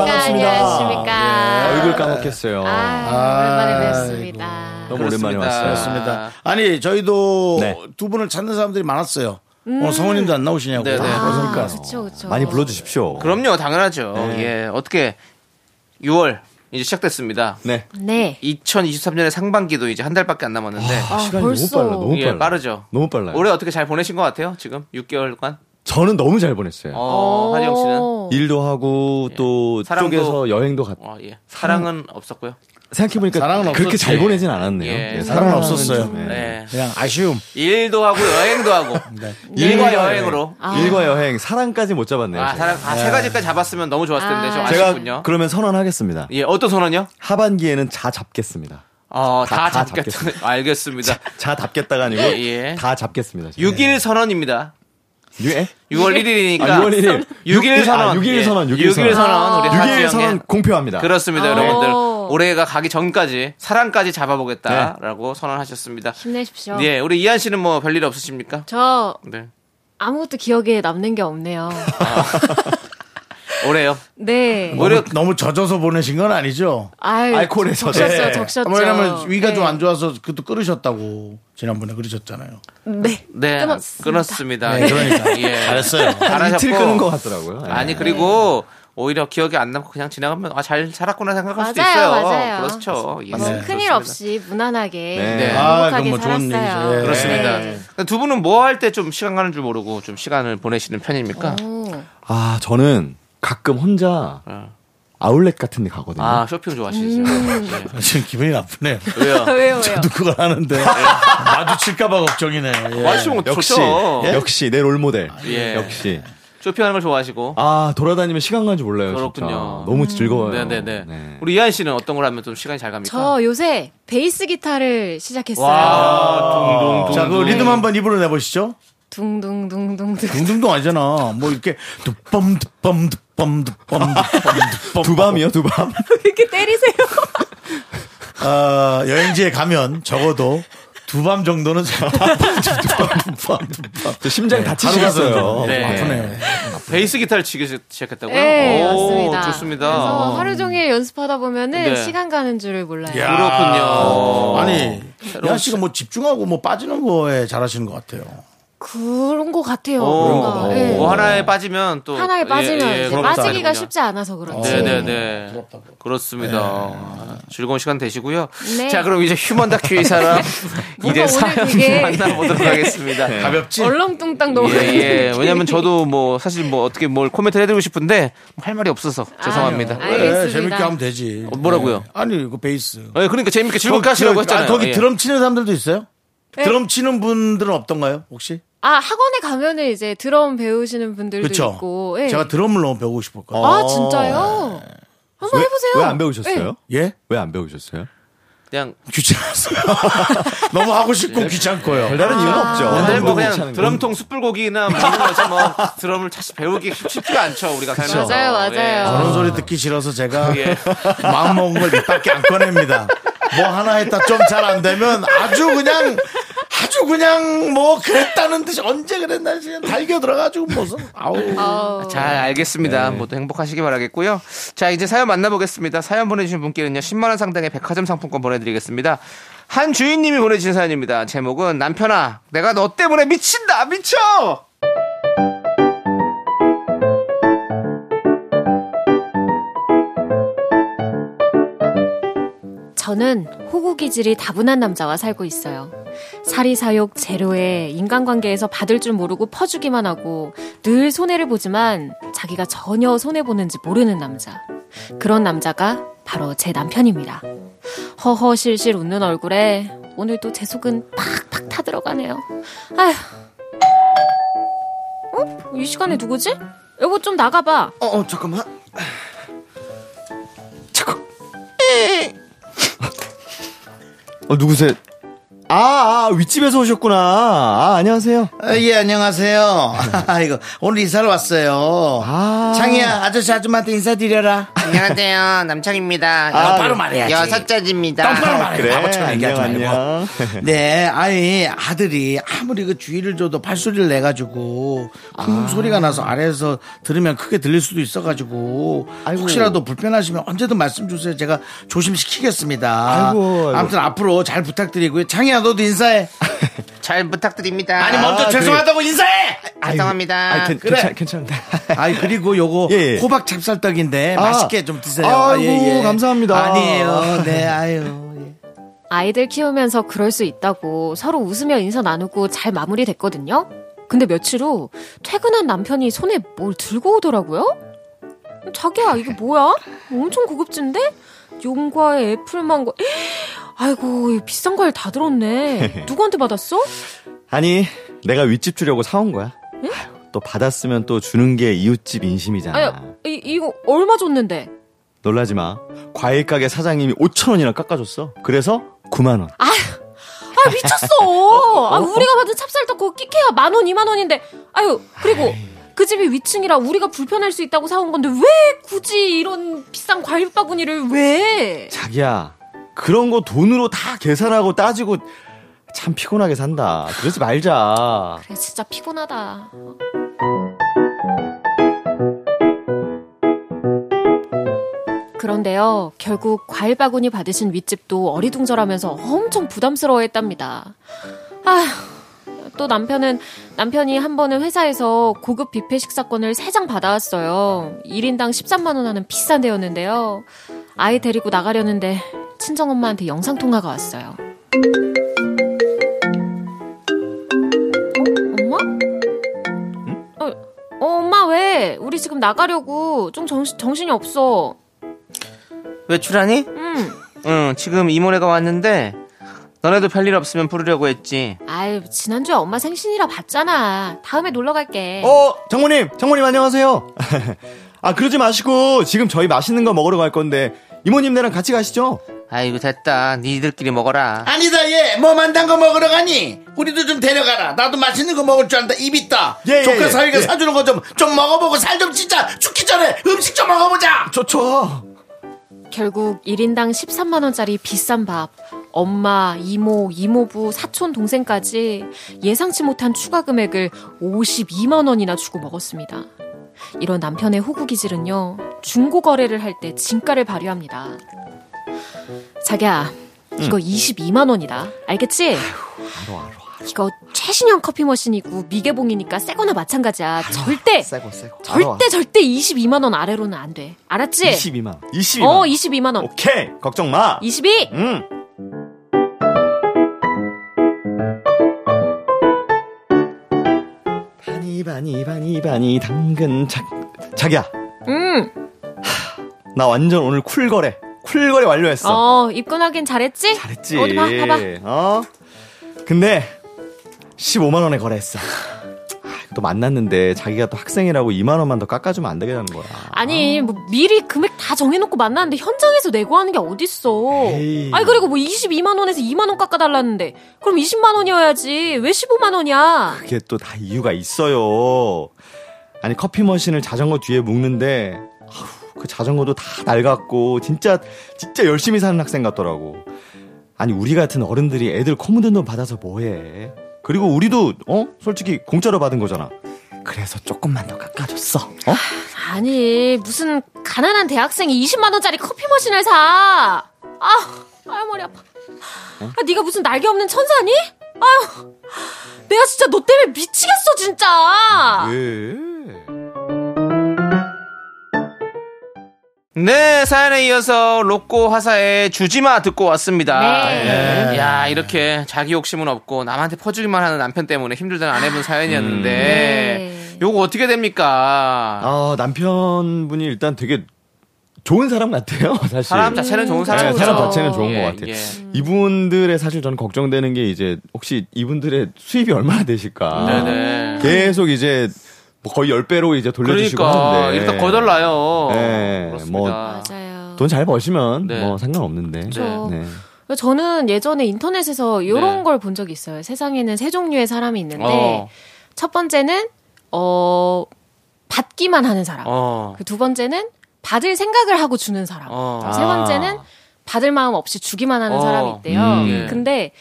[SPEAKER 7] 안녕하십니까.
[SPEAKER 1] 반갑습니다.
[SPEAKER 7] 안녕하십니까.
[SPEAKER 8] 얼굴 까먹겠어요.
[SPEAKER 7] 아, 오랜만에 뵙습니다.
[SPEAKER 8] 너무 오랜만에
[SPEAKER 2] 그렇습니다.
[SPEAKER 8] 왔어요.
[SPEAKER 1] 그렇습니다. 아니 저희도
[SPEAKER 8] 네.
[SPEAKER 1] 두 분을 찾는 사람들이 많았어요. 오늘 성우님도 안 나오시냐고.
[SPEAKER 2] 네네.
[SPEAKER 5] 아,
[SPEAKER 8] 그러니까
[SPEAKER 7] 그쵸, 그쵸.
[SPEAKER 8] 많이 불러주십시오.
[SPEAKER 2] 그럼요, 당연하죠. 예, 어떻게 6월 이제 시작됐습니다.
[SPEAKER 8] 네.
[SPEAKER 7] 네.
[SPEAKER 2] 2023년의 상반기도 이제 한 달밖에 안 남았는데
[SPEAKER 7] 아,
[SPEAKER 8] 시간이
[SPEAKER 7] 벌써.
[SPEAKER 8] 너무 빨라. 너무
[SPEAKER 2] 예,
[SPEAKER 8] 빨라.
[SPEAKER 2] 빠르죠.
[SPEAKER 8] 너무 빨라요.
[SPEAKER 2] 올해 어떻게 잘 보내신 것 같아요? 지금 6개월간?
[SPEAKER 8] 저는 너무 잘 보냈어요.
[SPEAKER 2] 어, 하지영 씨는?
[SPEAKER 8] 일도 하고 또
[SPEAKER 2] 사랑도-
[SPEAKER 8] 쪽에서 여행도 갔.
[SPEAKER 2] 어, 예. 사랑은 없었고요.
[SPEAKER 8] 생각해보니까
[SPEAKER 1] 사랑은
[SPEAKER 8] 그렇게
[SPEAKER 1] 없었지.
[SPEAKER 8] 잘 보내진 않았네요.
[SPEAKER 2] 예.
[SPEAKER 8] 예,
[SPEAKER 1] 사랑은 없었어요.
[SPEAKER 8] 좀, 예.
[SPEAKER 2] 네.
[SPEAKER 1] 그냥 아쉬움.
[SPEAKER 2] 일도 하고 여행도
[SPEAKER 8] [laughs]
[SPEAKER 2] 하고
[SPEAKER 8] 네. 예.
[SPEAKER 2] 일과 여행으로
[SPEAKER 8] 아. 일과 여행, 사랑까지 못 잡았네요.
[SPEAKER 2] 아,
[SPEAKER 8] 제가.
[SPEAKER 2] 사랑 아, 세 가지까지 잡았으면 너무 좋았을 텐데 좀
[SPEAKER 8] 제가
[SPEAKER 2] 아쉽군요.
[SPEAKER 8] 그러면 선언하겠습니다.
[SPEAKER 2] 예, 어떤 선언요?
[SPEAKER 8] 하반기에는 자 잡겠습니다.
[SPEAKER 2] 어, 다,
[SPEAKER 8] 다- 다
[SPEAKER 2] 잡겠다. [laughs] 알겠습니다.
[SPEAKER 8] 자 네. 잡겠다가 아니고
[SPEAKER 2] 예.
[SPEAKER 8] 다 잡겠습니다. 지금.
[SPEAKER 2] 6일 선언입니다.
[SPEAKER 8] 유-
[SPEAKER 2] 네,
[SPEAKER 8] 예?
[SPEAKER 2] 6월 1일이니까
[SPEAKER 8] 아, 6월 1일.
[SPEAKER 2] 6일 선언.
[SPEAKER 8] 아, 6일 선언. 6일
[SPEAKER 2] 6일
[SPEAKER 8] 선언.
[SPEAKER 2] 선언. 우리
[SPEAKER 8] 6일
[SPEAKER 2] 하지영의-
[SPEAKER 8] 선언 공표합니다.
[SPEAKER 2] 그렇습니다,
[SPEAKER 7] 아.
[SPEAKER 2] 여러분들.
[SPEAKER 7] 오.
[SPEAKER 2] 올해가 가기 전까지 사랑까지 잡아보겠다라고
[SPEAKER 8] 네.
[SPEAKER 2] 선언하셨습니다.
[SPEAKER 7] 힘내십시오.
[SPEAKER 2] 예, 우리 이한 씨는 뭐 별일 없으십니까?
[SPEAKER 7] 저
[SPEAKER 2] 네.
[SPEAKER 7] 아무것도 기억에 남는 게 없네요.
[SPEAKER 2] 올해요.
[SPEAKER 7] 네.
[SPEAKER 8] 뭐,
[SPEAKER 2] 오히려
[SPEAKER 1] 너무 젖어서 보내신 건 아니죠? 아,
[SPEAKER 7] 아유,
[SPEAKER 8] 알코올에서.
[SPEAKER 7] 적셨죠,
[SPEAKER 8] 네.
[SPEAKER 7] 적셨죠.
[SPEAKER 1] 뭐 왜냐면 위가
[SPEAKER 7] 네.
[SPEAKER 1] 좀 안 좋아서 그것도 끊으셨다고 지난번에 그러셨잖아요.
[SPEAKER 7] 네.
[SPEAKER 2] 네,
[SPEAKER 7] 끊었습니다.
[SPEAKER 2] 끊었습니다.
[SPEAKER 1] 네, 그러니까.
[SPEAKER 2] 예.
[SPEAKER 1] 잘했어요.
[SPEAKER 8] 한 네. 이틀
[SPEAKER 2] 잘하셨고.
[SPEAKER 8] 끄는 것 같더라고요. 예.
[SPEAKER 2] 아니 그리고 오히려 기억이 안 남고 그냥 지나가면 아 잘 살았구나 생각할 수도
[SPEAKER 7] 맞아요,
[SPEAKER 2] 있어요.
[SPEAKER 7] 맞아요.
[SPEAKER 2] 그렇죠. 예,
[SPEAKER 7] 너무 큰일
[SPEAKER 2] 그렇습니다.
[SPEAKER 7] 없이 무난하게
[SPEAKER 8] 네.
[SPEAKER 1] 아, 그건
[SPEAKER 7] 행복하게
[SPEAKER 1] 뭐 좋은
[SPEAKER 7] 살았어요.
[SPEAKER 1] 얘기죠. 예.
[SPEAKER 2] 그렇습니다.
[SPEAKER 7] 네.
[SPEAKER 2] 근데 두 분은 뭐 할 때 좀 시간 가는 줄 모르고 좀 시간을 보내시는 편입니까?
[SPEAKER 7] 오.
[SPEAKER 8] 아, 저는 가끔 혼자
[SPEAKER 2] 어.
[SPEAKER 8] 아울렛 같은 데 가거든요.
[SPEAKER 2] 아 쇼핑 좋아하시죠?
[SPEAKER 7] 음.
[SPEAKER 1] 지금 기분이 나쁘네요.
[SPEAKER 2] 예. 왜요?
[SPEAKER 7] 왜요, 왜요?
[SPEAKER 1] 저도 그걸 하는데 마주칠까봐 걱정이네요. 예.
[SPEAKER 2] 와이시면
[SPEAKER 8] 역시
[SPEAKER 2] 뭐
[SPEAKER 8] 예?
[SPEAKER 2] 좋죠.
[SPEAKER 8] 역시 내 롤모델.
[SPEAKER 2] 예.
[SPEAKER 8] 역시.
[SPEAKER 2] 쇼핑하는 걸 좋아하시고.
[SPEAKER 8] 아, 돌아다니면 시간 가는 줄 몰라요. 진짜.
[SPEAKER 2] 그렇군요. 음,
[SPEAKER 8] 너무 즐거워요.
[SPEAKER 2] 네네네.
[SPEAKER 8] 네.
[SPEAKER 2] 우리 이한 씨는 어떤 걸 하면 좀 시간이 잘 갑니까?
[SPEAKER 7] 저 요새 베이스 기타를 시작했어요.
[SPEAKER 2] 아, 와, 둥둥둥.
[SPEAKER 1] 자, 그 리듬 한번 입으로 내보시죠.
[SPEAKER 7] 둥둥둥둥둥. [laughs]
[SPEAKER 1] 둥둥둥 아니잖아. 뭐 이렇게 두밤 두밤 두밤 두밤 두밤 두밤
[SPEAKER 8] 두밤이요, 두밤.
[SPEAKER 7] 이렇게 때리세요.
[SPEAKER 1] 아, 여행지에 가면 적어도 두 밤 정도는
[SPEAKER 2] [laughs]
[SPEAKER 1] 두밤 두밤 두밤 두밤
[SPEAKER 8] [laughs] 저 심장 다치시겠어요.
[SPEAKER 1] 네.
[SPEAKER 2] 네.
[SPEAKER 1] 아프네요.
[SPEAKER 2] 베이스 기타를 치기 시작했다고요?
[SPEAKER 7] 네,
[SPEAKER 2] 오,
[SPEAKER 7] 맞습니다.
[SPEAKER 2] 좋습니다. 어.
[SPEAKER 7] 그래서 하루 종일 연습하다 보면은
[SPEAKER 2] 네.
[SPEAKER 7] 시간 가는 줄을 몰라요.
[SPEAKER 1] 야.
[SPEAKER 2] 그렇군요.
[SPEAKER 1] 아. 어. 아니, 야 씨가 뭐 집중하고 뭐 빠지는 거에 잘하시는 것 같아요.
[SPEAKER 7] 그런 것 같아요.
[SPEAKER 2] 어,
[SPEAKER 7] 뭔가.
[SPEAKER 8] 어.
[SPEAKER 7] 예.
[SPEAKER 2] 뭐 하나에 빠지면 또
[SPEAKER 7] 하나에 빠지면
[SPEAKER 2] 예, 예,
[SPEAKER 7] 이제
[SPEAKER 2] 그렇다.
[SPEAKER 7] 빠지기가 쉽지 않아서 그렇지.
[SPEAKER 2] 어, 네네네. 그렇습니다. 즐거운 시간 되시고요. 자, 그럼 이제 휴먼 다큐 이
[SPEAKER 7] [laughs]
[SPEAKER 2] 사람
[SPEAKER 7] 뭔가
[SPEAKER 2] 이대
[SPEAKER 7] 네. 오늘
[SPEAKER 2] 사연
[SPEAKER 7] 되게-
[SPEAKER 2] [laughs]
[SPEAKER 7] 네.
[SPEAKER 2] 만나보도록 하겠습니다.
[SPEAKER 1] 가볍지?
[SPEAKER 7] 얼렁뚱땅 너무
[SPEAKER 2] 예, 예. 왜냐면 저도 뭐 사실 뭐 어떻게 뭘 코멘트를 해드리고 싶은데 할 말이 없어서 죄송합니다.
[SPEAKER 7] 아유, 알겠습니다.
[SPEAKER 1] 그래, 네, 재밌게 하면 되지.
[SPEAKER 2] 어, 뭐라고요?
[SPEAKER 1] 네. 아니, 그 베이스.
[SPEAKER 2] 예, 그러니까 재밌게 즐겁게 하시라고
[SPEAKER 1] 아,
[SPEAKER 2] 했잖아요.
[SPEAKER 1] 거기
[SPEAKER 2] 예.
[SPEAKER 1] 드럼 치는 사람들도 있어요?
[SPEAKER 7] 네.
[SPEAKER 1] 드럼 치는 분들은 없던가요, 혹시?
[SPEAKER 7] 아 학원에 가면은 이제 드럼 배우시는 분들도
[SPEAKER 1] 그쵸?
[SPEAKER 7] 있고. 예.
[SPEAKER 1] 제가 드럼을 너무 배우고 싶었거든요.
[SPEAKER 2] 어.
[SPEAKER 7] 아 진짜요? 한번 해보세요.
[SPEAKER 8] 어. 네.
[SPEAKER 7] 네.
[SPEAKER 8] 왜 안 배우셨어요?
[SPEAKER 1] 예?
[SPEAKER 8] 왜 안 배우셨어요?
[SPEAKER 2] 그냥
[SPEAKER 1] 귀찮았어요. [laughs] 너무 하고 싶고
[SPEAKER 2] 예.
[SPEAKER 1] 귀찮고요.
[SPEAKER 8] 별다른 이유는
[SPEAKER 7] 아,
[SPEAKER 8] 없죠.
[SPEAKER 7] 네.
[SPEAKER 2] 오늘 뭐
[SPEAKER 8] 아, 괜찮은
[SPEAKER 2] 그냥
[SPEAKER 8] 거.
[SPEAKER 2] 드럼통 숯불고기나 뭐 이런 거지 뭐 드럼을 다시 배우기 쉽지가 않죠 우리가 살면서.
[SPEAKER 7] 맞아요, 맞아요.
[SPEAKER 1] 그런 소리 듣기 싫어서 제가
[SPEAKER 2] 예. 예.
[SPEAKER 1] [laughs] 마음먹은 걸 입밖에 안 꺼냅니다. 뭐 하나 했다 좀 잘 안 되면 아주 그냥 아주 그냥 뭐 그랬다는 듯이 언제 그랬나 지금 달겨 들어가지고 무슨 아우
[SPEAKER 7] 아우.
[SPEAKER 2] 잘 알겠습니다. 모두 행복하시기 바라겠고요. 자, 이제 사연 만나보겠습니다. 사연 보내주신 분께는요, 10만원 상당의 백화점 상품권 보내드리겠습니다. 한 주인님이 보내주신 사연입니다. 제목은 남편아, 내가 너 때문에 미친다! 미쳐!
[SPEAKER 7] 저는 호구 기질이 다분한 남자와 살고 있어요. 사리사욕 제로에 인간관계에서 받을 줄 모르고 퍼주기만 하고 늘 손해를 보지만 자기가 전혀 손해 보는지 모르는 남자. 그런 남자가 바로 제 남편입니다. 허허실실 웃는 얼굴에 오늘도 제 속은 팍팍 타들어가네요. 아휴. 어? 이 시간에 누구지? 여보 좀 나가봐.
[SPEAKER 2] 어, 어, 잠깐만.
[SPEAKER 8] 어, 누구세요? 아, 아, 윗집에서 오셨구나. 아, 안녕하세요.
[SPEAKER 1] 아, 예 안녕하세요. [laughs] 아이고 오늘 이사를 왔어요.
[SPEAKER 8] 아.
[SPEAKER 1] 창희야 아저씨 아줌마한테 인사드려라.
[SPEAKER 2] 안녕하세요. 남창입니다.
[SPEAKER 1] 아, 바로 말해야지.
[SPEAKER 2] 자입니다.
[SPEAKER 1] 똑바로
[SPEAKER 8] 아,
[SPEAKER 1] 말해.
[SPEAKER 8] 뭐
[SPEAKER 1] 바보처럼 얘기하지 말고. [laughs] 네, 아니 아들이 아무리 그 주의를 줘도 발소리를 내 가지고
[SPEAKER 8] 아.
[SPEAKER 1] 쿵 소리가 나서 아래에서 들으면 크게 들릴 수도 있어 가지고
[SPEAKER 8] 아이고.
[SPEAKER 1] 혹시라도 불편하시면 언제든 말씀 주세요. 제가 조심시키겠습니다.
[SPEAKER 8] 아이고, 아이고.
[SPEAKER 1] 아무튼 앞으로 잘 부탁드리고요. 창희야 너도 인사해.
[SPEAKER 2] 잘 부탁드립니다.
[SPEAKER 1] 아니 먼저
[SPEAKER 8] 아,
[SPEAKER 1] 죄송하다고 인사해.
[SPEAKER 2] 죄송합니다.
[SPEAKER 8] 아, 괜-
[SPEAKER 1] 그래.
[SPEAKER 8] 괜찮, 괜찮다.
[SPEAKER 1] 아이 그리고 요거
[SPEAKER 8] 예, 예.
[SPEAKER 1] 호박 찹쌀떡인데
[SPEAKER 8] 아.
[SPEAKER 1] 맛있게 좀 드세요. 예,
[SPEAKER 8] 아이고, 감사합니다.
[SPEAKER 1] 아니에요. 네, 아유. 예.
[SPEAKER 7] 아이들 키우면서 그럴 수 있다고 서로 웃으며 인사 나누고 잘 마무리됐거든요. 근데 며칠 후 퇴근한 남편이 손에 뭘 들고 오더라고요. 자기야 이게 뭐야? 엄청 고급진데? 용과의 애플망고. 아이고 이 비싼 과일 다 들었네. 누구한테 받았어?
[SPEAKER 8] [laughs] 아니, 내가 윗집 주려고 사온 거야. 아휴, 또 받았으면 또 주는 게 이웃집 인심이잖아.
[SPEAKER 7] 아니 이, 이거 얼마 줬는데?
[SPEAKER 8] 놀라지 마. 과일 가게 사장님이 5천 원이나 깎아줬어. 그래서 9만 원.
[SPEAKER 7] 아 미쳤어. 아 우리가 받은 찹쌀떡 그거 끼케야 만 원, 이만 원인데. 아유 그리고 그 집이 위층이라 우리가 불편할 수 있다고 사온 건데 왜 굳이 이런 비싼 과일 바구니를 왜?
[SPEAKER 8] 자기야, 그런 거 돈으로 다 계산하고 따지고 참 피곤하게 산다. 그러지 말자.
[SPEAKER 7] 그래 진짜 피곤하다. 그런데요, 결국 과일 바구니 받으신 윗집도 어리둥절하면서 엄청 부담스러워했답니다. 아휴, 또 남편은 남편이 한 번은 회사에서 고급 뷔페 식사권을 3장 받아왔어요. 1인당 13만 원 하는 비싼 데였는데요. 아이 데리고 나가려는데 친정 엄마한테 영상 통화가 왔어요. 엄마? 어, 어, 엄마 왜? 우리 지금 나가려고 좀 정신, 정신이 없어.
[SPEAKER 2] 외출하니?
[SPEAKER 7] 응.
[SPEAKER 2] 응, 지금 이모네가 왔는데, 너네도 별일 없으면 부르려고 했지.
[SPEAKER 7] 아유 지난주에 엄마 생신이라 봤잖아. 다음에 놀러 갈게.
[SPEAKER 8] 어, 장모님, 장모님 안녕하세요. [laughs] 아, 그러지 마시고 지금 저희 맛있는 거 먹으러 갈 건데 이모님 네랑 같이 가시죠.
[SPEAKER 2] 아이고, 됐다. 니들끼리 먹어라.
[SPEAKER 1] 아니다 얘 뭐 만난 거 먹으러 가니 우리도 좀 데려가라 나도 맛있는 거 먹을 줄 안다 입 있다
[SPEAKER 8] 예, 예,
[SPEAKER 1] 조카
[SPEAKER 8] 예,
[SPEAKER 1] 사위가
[SPEAKER 8] 예.
[SPEAKER 1] 사주는 거 좀 좀 먹어보고 살 좀 찌자 죽기 전에 음식 좀 먹어보자
[SPEAKER 8] 좋죠.
[SPEAKER 7] 결국 1인당 13만 원짜리 비싼 밥. 엄마, 이모, 이모부, 사촌 동생까지 예상치 못한 추가 금액을 52만 원이나 주고 먹었습니다. 이런 남편의 호구 기질은요. 중고 거래를 할 때 진가를 발휘합니다. 자기야, 이거 22만 원이다. 알겠지? 이거 최신형 커피 머신이고 미개봉이니까 새거나 마찬가지야. 절대
[SPEAKER 8] 세고 세고.
[SPEAKER 7] 절대 절대 22만 원 아래로는 안 돼. 알았지?
[SPEAKER 8] 22만. 22만.
[SPEAKER 7] 네. 어, 22만 원.
[SPEAKER 8] 오케이. 걱정 마.
[SPEAKER 7] 22.
[SPEAKER 8] 음. 바니 바니 바니 바니 당근 자, 자기야.
[SPEAKER 7] 음.
[SPEAKER 8] 나 완전 오늘 쿨 거래. 쿨 거래 완료했어.
[SPEAKER 7] 어, 입금하긴 잘했지?
[SPEAKER 8] 잘했지.
[SPEAKER 7] 어디 봐. 봐 봐.
[SPEAKER 8] 어? 근데 15만 원에 거래했어. 아, 또 만났는데 자기가 또 학생이라고 2만 원만 더 깎아주면 안 되겠다는 거야.
[SPEAKER 7] 아니 뭐 미리 금액 다 정해놓고 만났는데 현장에서 내고 하는 게 어딨어
[SPEAKER 8] 에이.
[SPEAKER 7] 아니 그리고 뭐 22만 원에서 2만 원 깎아달라는데 그럼 20만 원이어야지 왜 15만 원이야
[SPEAKER 8] 그게 또 다 이유가 있어요. 아니 커피 머신을 자전거 뒤에 묶는데 아우, 그 자전거도 다 낡았고 진짜 진짜 열심히 사는 학생 같더라고. 아니 우리 같은 어른들이 애들 코 묻은 돈 받아서 뭐해? 그리고 우리도 어 솔직히 공짜로 받은 거잖아. 그래서 조금만 더 깎아줬어. 어?
[SPEAKER 7] 아니 무슨 가난한 대학생이 20만 원짜리 커피 머신을 사 아, 아유 머리 아파 아, 네가 무슨 날개 없는 천사니? 아유 내가 진짜 너 때문에 미치겠어 진짜
[SPEAKER 8] 예.
[SPEAKER 2] 네, 사연에 이어서 로꼬 화사의 주지마 듣고 왔습니다.
[SPEAKER 7] 네.
[SPEAKER 2] 예. 야, 이렇게 자기 욕심은 없고 남한테 퍼주기만 하는 남편 때문에 힘들다는 아내분 사연이었는데
[SPEAKER 7] 네.
[SPEAKER 2] 요거 어떻게 됩니까?
[SPEAKER 8] 아 남편분이 일단 되게 좋은 사람 같아요 사실.
[SPEAKER 2] 사람 자체는
[SPEAKER 7] 음.
[SPEAKER 2] 좋은 사람이죠.
[SPEAKER 8] 네, 사람 자체는 좋은 것 같아요.
[SPEAKER 2] 예.
[SPEAKER 8] 이분들의 사실 저는 걱정되는 게 이제 혹시 이분들의 수입이 얼마나 되실까.
[SPEAKER 2] 네네.
[SPEAKER 8] 아. 계속 이제 뭐 거의 10배로 이제 돌려주시고
[SPEAKER 2] 그러니까
[SPEAKER 8] 하는데.
[SPEAKER 2] 일단 거덜나요.
[SPEAKER 8] 네,
[SPEAKER 2] 그렇습니다.
[SPEAKER 8] 뭐
[SPEAKER 7] 맞아요
[SPEAKER 8] 돈 잘 버시면
[SPEAKER 2] 네.
[SPEAKER 8] 뭐 상관없는데. 네.
[SPEAKER 7] 그렇죠. 저는 예전에 인터넷에서 이런
[SPEAKER 2] 네.
[SPEAKER 7] 걸 본 적이 있어요. 세상에는 세 종류의 사람이 있는데
[SPEAKER 2] 어.
[SPEAKER 7] 첫 번째는 어 받기만 하는 사람.
[SPEAKER 2] 어.
[SPEAKER 7] 그 두 번째는 받을 생각을 하고 주는 사람.
[SPEAKER 2] 어.
[SPEAKER 7] 세 번째는 받을 마음 없이 주기만 하는
[SPEAKER 2] 어.
[SPEAKER 7] 사람이 있대요.
[SPEAKER 8] 음,
[SPEAKER 2] 예.
[SPEAKER 7] 근데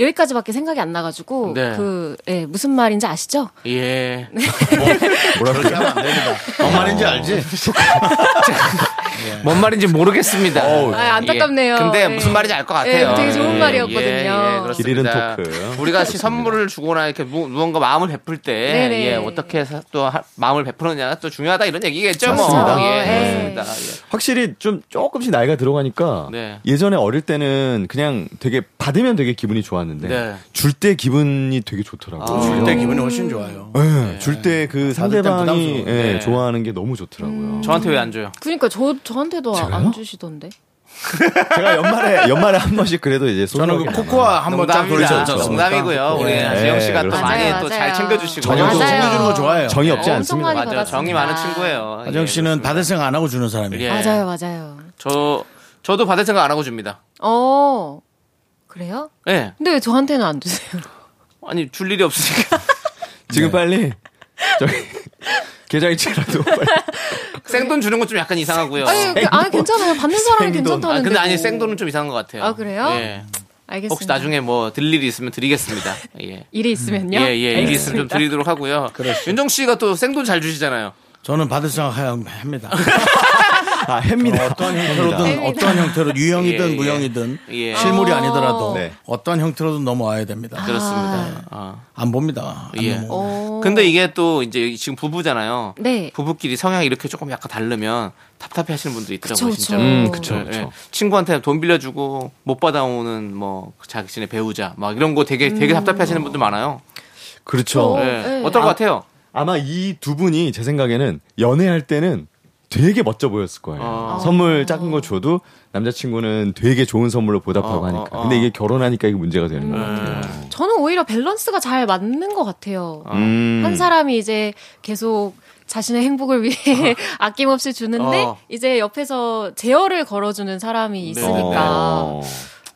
[SPEAKER 7] 여기까지밖에 생각이 안 나가지고
[SPEAKER 2] 네.
[SPEAKER 7] 그 예, 무슨 말인지 아시죠?
[SPEAKER 2] 예.
[SPEAKER 1] 그렇게 하면 안 됩니다.
[SPEAKER 8] 어,
[SPEAKER 1] 뭔 말인지 알지?
[SPEAKER 2] 네. 뭔 말인지 모르겠습니다.
[SPEAKER 7] 아, 안타깝네요.
[SPEAKER 2] 예. 근데
[SPEAKER 7] 예.
[SPEAKER 2] 무슨 말인지 알 것 같아요. 예,
[SPEAKER 7] 예, 되게 좋은 말이었거든요.
[SPEAKER 2] 그렇습니다.
[SPEAKER 8] 길 잃은 토크.
[SPEAKER 2] 우리가 시 선물을 주거나 이렇게 무- 무언가 마음을 베풀 때
[SPEAKER 7] 네네.
[SPEAKER 2] 예, 어떻게 사- 또 하- 마음을 베푸느냐가 또 중요하다 이런 얘기겠죠. 뭐.
[SPEAKER 7] 맞습니다.
[SPEAKER 2] 예,
[SPEAKER 7] 예.
[SPEAKER 2] 그렇습니다. 예.
[SPEAKER 8] 확실히 좀 조금씩 나이가 들어가니까
[SPEAKER 2] 네.
[SPEAKER 8] 예전에 어릴 때는 그냥 되게 받으면 되게 기분이 좋았는데
[SPEAKER 2] 네. 아.
[SPEAKER 8] 줄 때 기분이 되게 좋더라고요. 예,
[SPEAKER 1] 줄 때 음. 기분이 훨씬 좋아요.
[SPEAKER 8] 줄 때
[SPEAKER 1] 받을 땐
[SPEAKER 8] 그 상대방이
[SPEAKER 1] 부담스러워.
[SPEAKER 8] 예,
[SPEAKER 2] 네.
[SPEAKER 8] 좋아하는 게 너무 좋더라고요.
[SPEAKER 2] 저한테 왜 안 줘요?
[SPEAKER 7] 그러니까 저 저한테도
[SPEAKER 8] 제가요?
[SPEAKER 7] 안 주시던데.
[SPEAKER 8] 제가 연말에 연말에 한 번씩 그래도 이제
[SPEAKER 1] 저는 그 코코아 한번 딱
[SPEAKER 2] 농담입니다.
[SPEAKER 1] 돌리셨죠.
[SPEAKER 2] 농담이고요. 우리
[SPEAKER 1] 예.
[SPEAKER 2] 지영 씨가 또
[SPEAKER 8] 맞아요,
[SPEAKER 2] 많이 또
[SPEAKER 7] 맞아요.
[SPEAKER 2] 잘 챙겨주시고
[SPEAKER 8] 저녁도
[SPEAKER 7] 맞아요.
[SPEAKER 1] 챙겨주는 거 좋아해요.
[SPEAKER 8] 정이 없지
[SPEAKER 2] 네.
[SPEAKER 7] 엄청
[SPEAKER 8] 않습니다.
[SPEAKER 7] 많이
[SPEAKER 2] 맞아 정이
[SPEAKER 7] 받았습니다.
[SPEAKER 2] 많은 친구예요.
[SPEAKER 1] 아정 씨는 받을 생각 안 하고 주는 사람이에요.
[SPEAKER 2] 예.
[SPEAKER 7] 맞아요, 맞아요.
[SPEAKER 2] 저 저도 받을 생각 안 하고 줍니다.
[SPEAKER 7] 어 그래요?
[SPEAKER 2] 예.
[SPEAKER 7] 근데 왜 저한테는 안 주세요?
[SPEAKER 2] 아니 줄 일이 없으니까
[SPEAKER 8] 지금 빨리 저기 계좌이체라도 빨리.
[SPEAKER 2] 생돈 주는 건 좀 약간 이상하고요.
[SPEAKER 7] 아니, 그, 아니 괜찮아요. 받는 사람이
[SPEAKER 8] 생돈.
[SPEAKER 7] 괜찮다는데.
[SPEAKER 2] 어. 아, 근데 아니
[SPEAKER 7] 뭐.
[SPEAKER 2] 생돈은 좀 이상한 것 같아요.
[SPEAKER 7] 아, 그래요?
[SPEAKER 2] 예.
[SPEAKER 7] 알겠습니다.
[SPEAKER 2] 혹시 나중에 뭐 드릴 일이 있으면 드리겠습니다. 예.
[SPEAKER 7] 일이 있으면요.
[SPEAKER 2] 예, 예, 일이
[SPEAKER 7] 네. 알겠습니다.
[SPEAKER 2] 있으면 좀 드리도록 하고요. 윤정 씨가 또 생돈 잘 주시잖아요.
[SPEAKER 1] 저는 받을 생각 합니다.
[SPEAKER 8] 아 합니다.
[SPEAKER 1] 어떤 형태로든
[SPEAKER 7] 합니다.
[SPEAKER 1] 어떤 형태로 유형이든
[SPEAKER 2] 예, 예.
[SPEAKER 1] 무형이든
[SPEAKER 2] 예.
[SPEAKER 1] 실물이 아니더라도
[SPEAKER 8] 네.
[SPEAKER 1] 어떤 형태로든 넘어와야 됩니다.
[SPEAKER 2] 그렇습니다. 아.
[SPEAKER 1] 안 봅니다. 안
[SPEAKER 2] 예.
[SPEAKER 8] 아,
[SPEAKER 1] 넘어옵니다.
[SPEAKER 8] 뭐.
[SPEAKER 7] 어.
[SPEAKER 2] 근데 이게 또 이제 지금 부부잖아요.
[SPEAKER 7] 네.
[SPEAKER 2] 부부끼리 성향이 이렇게 조금 약간 다르면 답답해 하시는 분들이 있더라고요,
[SPEAKER 7] 그쵸,
[SPEAKER 2] 진짜. 예,
[SPEAKER 7] 그쵸. 음,
[SPEAKER 8] 그쵸,
[SPEAKER 2] 네,
[SPEAKER 8] 그쵸.
[SPEAKER 2] 친구한테 돈 빌려주고 못 받아오는 뭐 자신의 배우자 막 이런 거 되게 되게 답답해 하시는 분들 많아요.
[SPEAKER 8] 그렇죠.
[SPEAKER 7] 음. 어,
[SPEAKER 2] 예.
[SPEAKER 7] 네.
[SPEAKER 2] 어떨 것 같아요?
[SPEAKER 8] 아마 이 두 분이 제 생각에는 연애할 때는 되게 멋져 보였을 거예요.
[SPEAKER 2] 어.
[SPEAKER 8] 선물 작은 거 줘도 남자친구는 되게 좋은 선물로 보답하고
[SPEAKER 2] 어, 어,
[SPEAKER 8] 하니까.
[SPEAKER 2] 어.
[SPEAKER 8] 근데 이게 결혼하니까 이게 문제가 되는 거예요.
[SPEAKER 7] 저는 오히려 밸런스가 잘 맞는 것 같아요.
[SPEAKER 8] 음.
[SPEAKER 7] 한 사람이 이제 계속 자신의 행복을 위해 [laughs] 아낌없이 주는데
[SPEAKER 2] 어. 네.
[SPEAKER 7] 이제 옆에서 제어를 걸어주는 사람이 있으니까.
[SPEAKER 8] 어.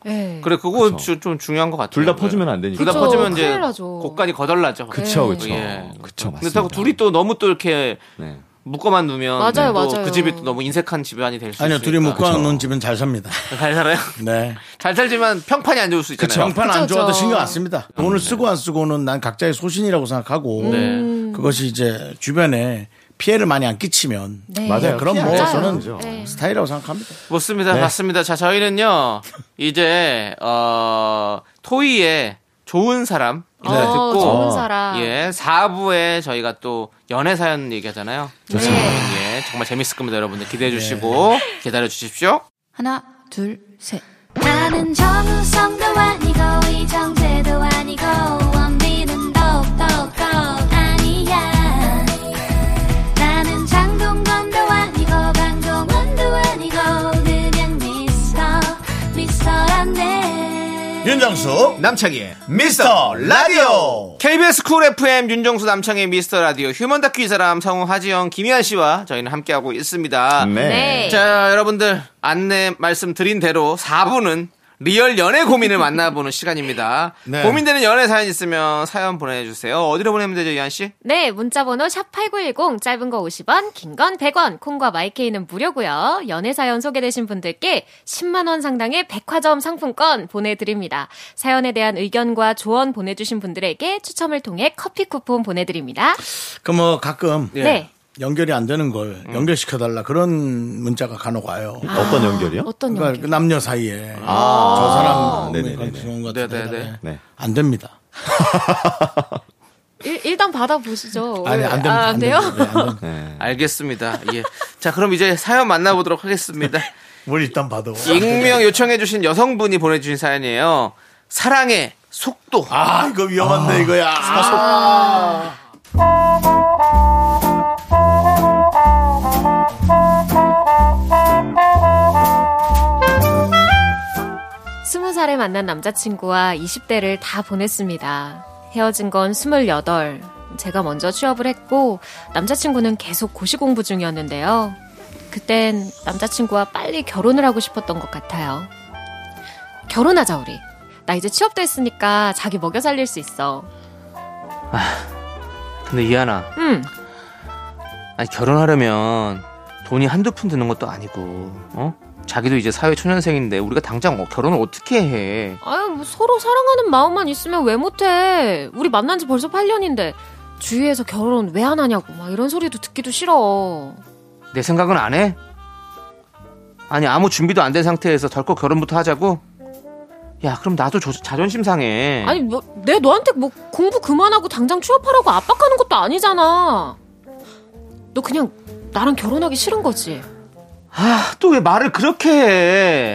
[SPEAKER 7] 예.
[SPEAKER 2] 그래 그거
[SPEAKER 8] 그쵸.
[SPEAKER 2] 주- 좀 중요한 것 같아요. 네.
[SPEAKER 8] 둘다 퍼주면 안 되니까.
[SPEAKER 2] 둘 다
[SPEAKER 7] 그쵸,
[SPEAKER 2] 퍼주면 이제
[SPEAKER 7] 큰일 나죠.
[SPEAKER 2] 곳간이 거덜나죠.
[SPEAKER 8] 그쵸,
[SPEAKER 7] 네.
[SPEAKER 8] 그쵸.
[SPEAKER 2] 예.
[SPEAKER 8] 그쵸, 맞습니다.
[SPEAKER 2] 근데 또 둘이 또 너무 또 이렇게
[SPEAKER 8] 네.
[SPEAKER 2] 묶어만 두면 또
[SPEAKER 7] 맞아요, 맞아요.
[SPEAKER 2] 그 집이 또 너무 인색한 집안이 될 수 있어요.
[SPEAKER 1] 아니요, 둘이 묶어 놓은 집은 잘 삽니다.
[SPEAKER 2] 잘 살아요. [laughs]
[SPEAKER 1] 네.
[SPEAKER 2] 잘 살지만 평판이 안 좋을 수 있잖아요.
[SPEAKER 1] 평판
[SPEAKER 7] 그쵸,
[SPEAKER 1] 안 좋아도
[SPEAKER 7] 그쵸.
[SPEAKER 1] 신경 안 씁니다. 돈을 쓰고 안 쓰고는 난 각자의 소신이라고 생각하고
[SPEAKER 7] 음.
[SPEAKER 2] 네.
[SPEAKER 1] 그것이 이제 주변에 피해를 많이 안 끼치면
[SPEAKER 7] 네.
[SPEAKER 8] 맞아요.
[SPEAKER 1] 그런
[SPEAKER 8] 피해
[SPEAKER 1] 뭐
[SPEAKER 8] 안 끼쳐서
[SPEAKER 1] 저는
[SPEAKER 8] 그러죠.
[SPEAKER 7] 네.
[SPEAKER 1] 스타일이라고 생각합니다.
[SPEAKER 8] 네.
[SPEAKER 2] 맞습니다. 맞습니다. 자, 저희는요. 이제 어 토이의 좋은 사람
[SPEAKER 7] 어,
[SPEAKER 2] 듣고
[SPEAKER 7] 좋은 사람.
[SPEAKER 2] 예, 4부에 저희가 또 연애 사연 얘기하잖아요.
[SPEAKER 7] 네.
[SPEAKER 2] 예, 정말 재밌을 겁니다, 여러분들. 기대해 주시고 기다려 주십시오.
[SPEAKER 9] 하나, 둘, 셋.
[SPEAKER 5] 나는 정우성도 아니고 이정재도 아니고 원빈은 더욱더 아니야 나는 장동건도 아니고 방종원도 아니고 그냥 미스터 미스터란데
[SPEAKER 10] 윤정수 남창희의 미스터 라디오
[SPEAKER 2] KBS 쿨 FM 윤정수 남창의 미스터 라디오 휴먼 다큐 이 사람 성우 하지영 김희한 씨와 저희는 함께하고 있습니다.
[SPEAKER 7] 네.
[SPEAKER 2] 자, 여러분들 안내 말씀드린 대로 4부는 리얼 연애 고민을 만나보는 [laughs] 시간입니다.
[SPEAKER 1] 네.
[SPEAKER 2] 고민되는 연애 사연 있으면 사연 보내주세요. 어디로 보내면 되죠, 이한 씨?
[SPEAKER 7] 네, 문자번호 샵8910, 짧은 거 50원, 긴 건 100원, 콩과 마이케이는 무료고요 연애사연 소개되신 분들께 10만원 상당의 백화점 상품권 보내드립니다. 사연에 대한 의견과 조언 보내주신 분들에게 추첨을 통해 커피 쿠폰 보내드립니다.
[SPEAKER 1] 그 뭐 가끔
[SPEAKER 2] 예.
[SPEAKER 7] 네.
[SPEAKER 1] 연결이 안 되는 걸 연결시켜 달라 그런 문자가 간혹 와요.
[SPEAKER 8] 어떤 연결이요?
[SPEAKER 7] 어떤
[SPEAKER 1] 그러니까
[SPEAKER 7] 연결?
[SPEAKER 1] 그 남녀 사이에
[SPEAKER 8] 아,
[SPEAKER 1] 저 사람
[SPEAKER 8] 네네네네.
[SPEAKER 1] 그런 것 같은데
[SPEAKER 2] 네네네.
[SPEAKER 8] 네.
[SPEAKER 1] 안 됩니다.
[SPEAKER 7] 일, 일단 받아보시죠.
[SPEAKER 1] 아니 안 됩니다.
[SPEAKER 7] 아, 안 돼요?
[SPEAKER 1] 됩니다. 네, 안 됩니다.
[SPEAKER 8] 네.
[SPEAKER 2] 알겠습니다. 예. 자, 그럼 이제 사연 만나보도록 하겠습니다.
[SPEAKER 1] 뭘 일단 봐도
[SPEAKER 2] 익명 요청해주신 여성분이 보내주신 사연이에요. 사랑의 속도.
[SPEAKER 1] 아 이거 위험한데 이거야.
[SPEAKER 7] 스무 살에 만난 남자친구와 20대를 다 보냈습니다. 헤어진 건 28. 제가 먼저 취업을 했고 남자친구는 계속 고시 공부 중이었는데요. 그땐 남자친구와 빨리 결혼을 하고 싶었던 것 같아요. 결혼하자 우리. 나 이제 취업도 했으니까 자기 먹여 살릴 수 있어.
[SPEAKER 2] 근데 이하나,
[SPEAKER 7] 응.
[SPEAKER 2] 아니, 결혼하려면 돈이 한두 푼 드는 것도 아니고, 어? 자기도 이제 사회 초년생인데 우리가 당장 어- 결혼을 어떻게 해?
[SPEAKER 7] 아유 뭐 서로 사랑하는 마음만 있으면 왜 못해? 우리 만난 지 벌써 8년인데 주위에서 결혼 왜 안 하냐고 막 이런 소리도 듣기도 싫어.
[SPEAKER 2] 내 생각은 안 해? 아니 아무 준비도 안 된 상태에서 덜컥 결혼부터 하자고? 야 그럼 나도 조- 자존심 상해.
[SPEAKER 7] 아니 뭐, 내 너한테 뭐 공부 그만하고 당장 취업하라고 압박하는 것도 아니잖아. 너 그냥 나랑 결혼하기 싫은 거지.
[SPEAKER 2] 아, 또 왜 말을 그렇게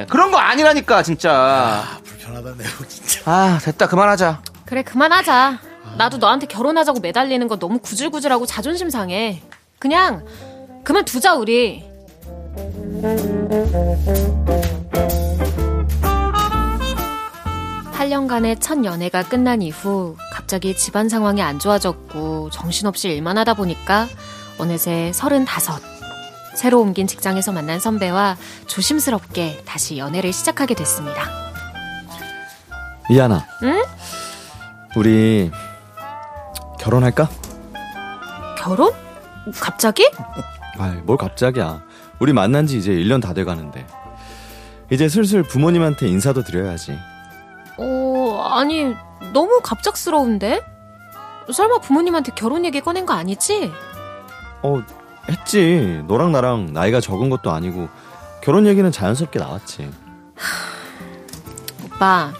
[SPEAKER 2] 해? 그런 거 아니라니까 진짜.
[SPEAKER 1] 불편하다 내용 진짜.
[SPEAKER 2] 아 됐다 그만하자.
[SPEAKER 7] 그래 그만하자. 나도 너한테 결혼하자고 매달리는 거 너무 구질구질하고 자존심 상해. 그냥 그만 두자 우리. 팔년간의첫 연애가 끝난 이후 갑자기 집안 상황이 안 좋아졌고 정신없이 일만 하다 보니까 어느새 35. 새로 옮긴 직장에서 만난 선배와 조심스럽게 다시 연애를 시작하게 됐습니다.
[SPEAKER 8] 이하나.
[SPEAKER 7] 응?
[SPEAKER 8] 우리 결혼할까?
[SPEAKER 7] 결혼? 갑자기?
[SPEAKER 8] 아, 뭘 갑자기야. 우리 만난 지 이제 1년 다 돼 가는데. 이제 슬슬 부모님한테 인사도 드려야지.
[SPEAKER 7] 어, 아니, 너무 갑작스러운데? 설마 부모님한테 결혼 얘기 꺼낸 거 아니지?
[SPEAKER 8] 어, 했지. 너랑 나랑 나이가 적은 것도 아니고 결혼 얘기는 자연스럽게 나왔지.
[SPEAKER 7] 오빠,